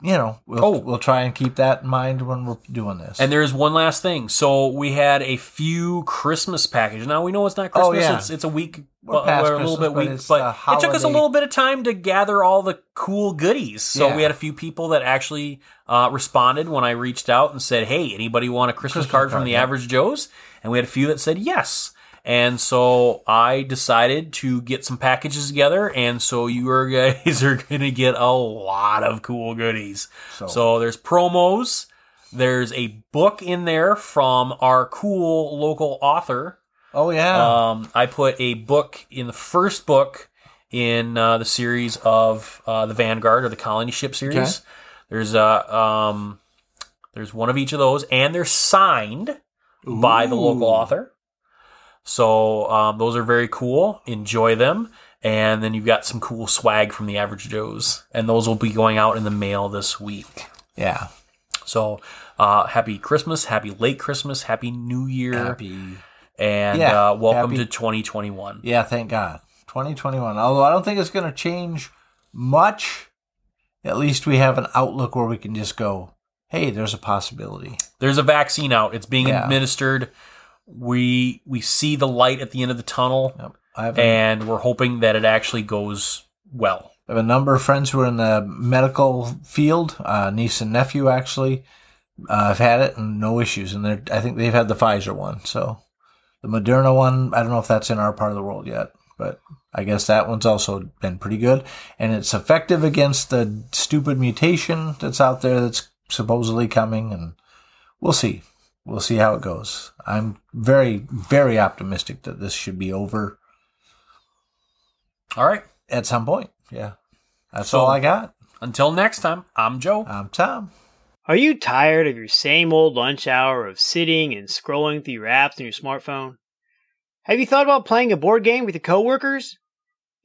you know, we'll Oh. we'll try and keep that in mind when we're doing this. And there's one last thing. So we had a few Christmas packages. Now we know it's not Oh, Christmas. yeah. It's it's a week, We're but past we're a little Christmas, bit but weak. it's But the it took us a holiday. little bit of time to gather all the cool goodies. So Yeah. we had a few people that actually uh, responded when I reached out and said, "Hey, anybody want a Christmas, card, from card, the yeah. Average Joe's?" And we had a few that said yes. And so I decided to get some packages together, and so you are- [LAUGHS] guys are gonna get a lot of cool goodies. So- so there's promos. There's a book in there from our cool local author. uh, oh yeah, Um, I put a book in the first book in uh, the series of uh, the Vanguard or the Colony Ship series. Okay. There's uh, um, there's one of each of those, and they're signed by the local Ooh. author. So um, those are very cool. Enjoy them. And then you've got some cool swag from the Average Joes, and those will be going out in the mail this week. Yeah. So uh, happy Christmas, happy late Christmas, happy New Year, Happy. and Yeah, uh, welcome happy- to 2021. Yeah, thank God. 2021. Although I don't think it's going to change much, at least we have an outlook where we can just go, hey, there's a possibility. There's a vaccine out; it's being Yeah. administered. We we see the light at the end of the tunnel, Yep. I have, a- and we're hoping that it actually goes well. I have a number of friends who are in the medical field, uh, niece and nephew, actually. Uh, have had it and no issues. And they're, I think they've had the Pfizer one. So the Moderna one, I don't know if that's in our part of the world yet, but I guess that one's also been pretty good. And it's effective against the stupid mutation that's out there that's supposedly coming. And we'll see. We'll see how it goes. I'm very, very optimistic that this should be over All right. at some point. Yeah. That's So- all I got. Until next time, I'm Joe. I'm Tom. Are you tired of your same old lunch hour of sitting and scrolling through your apps on your smartphone? Have you thought about playing a board game with your coworkers?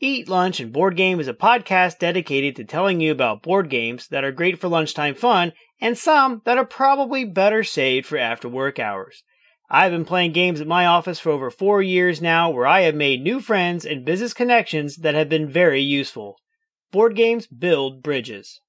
Eat Lunch and Board Game is a podcast dedicated to telling you about board games that are great for lunchtime fun and some that are probably better saved for after work hours. I've been playing games at my office for over four years now where I have made new friends and business connections that have been very useful. Board games build bridges.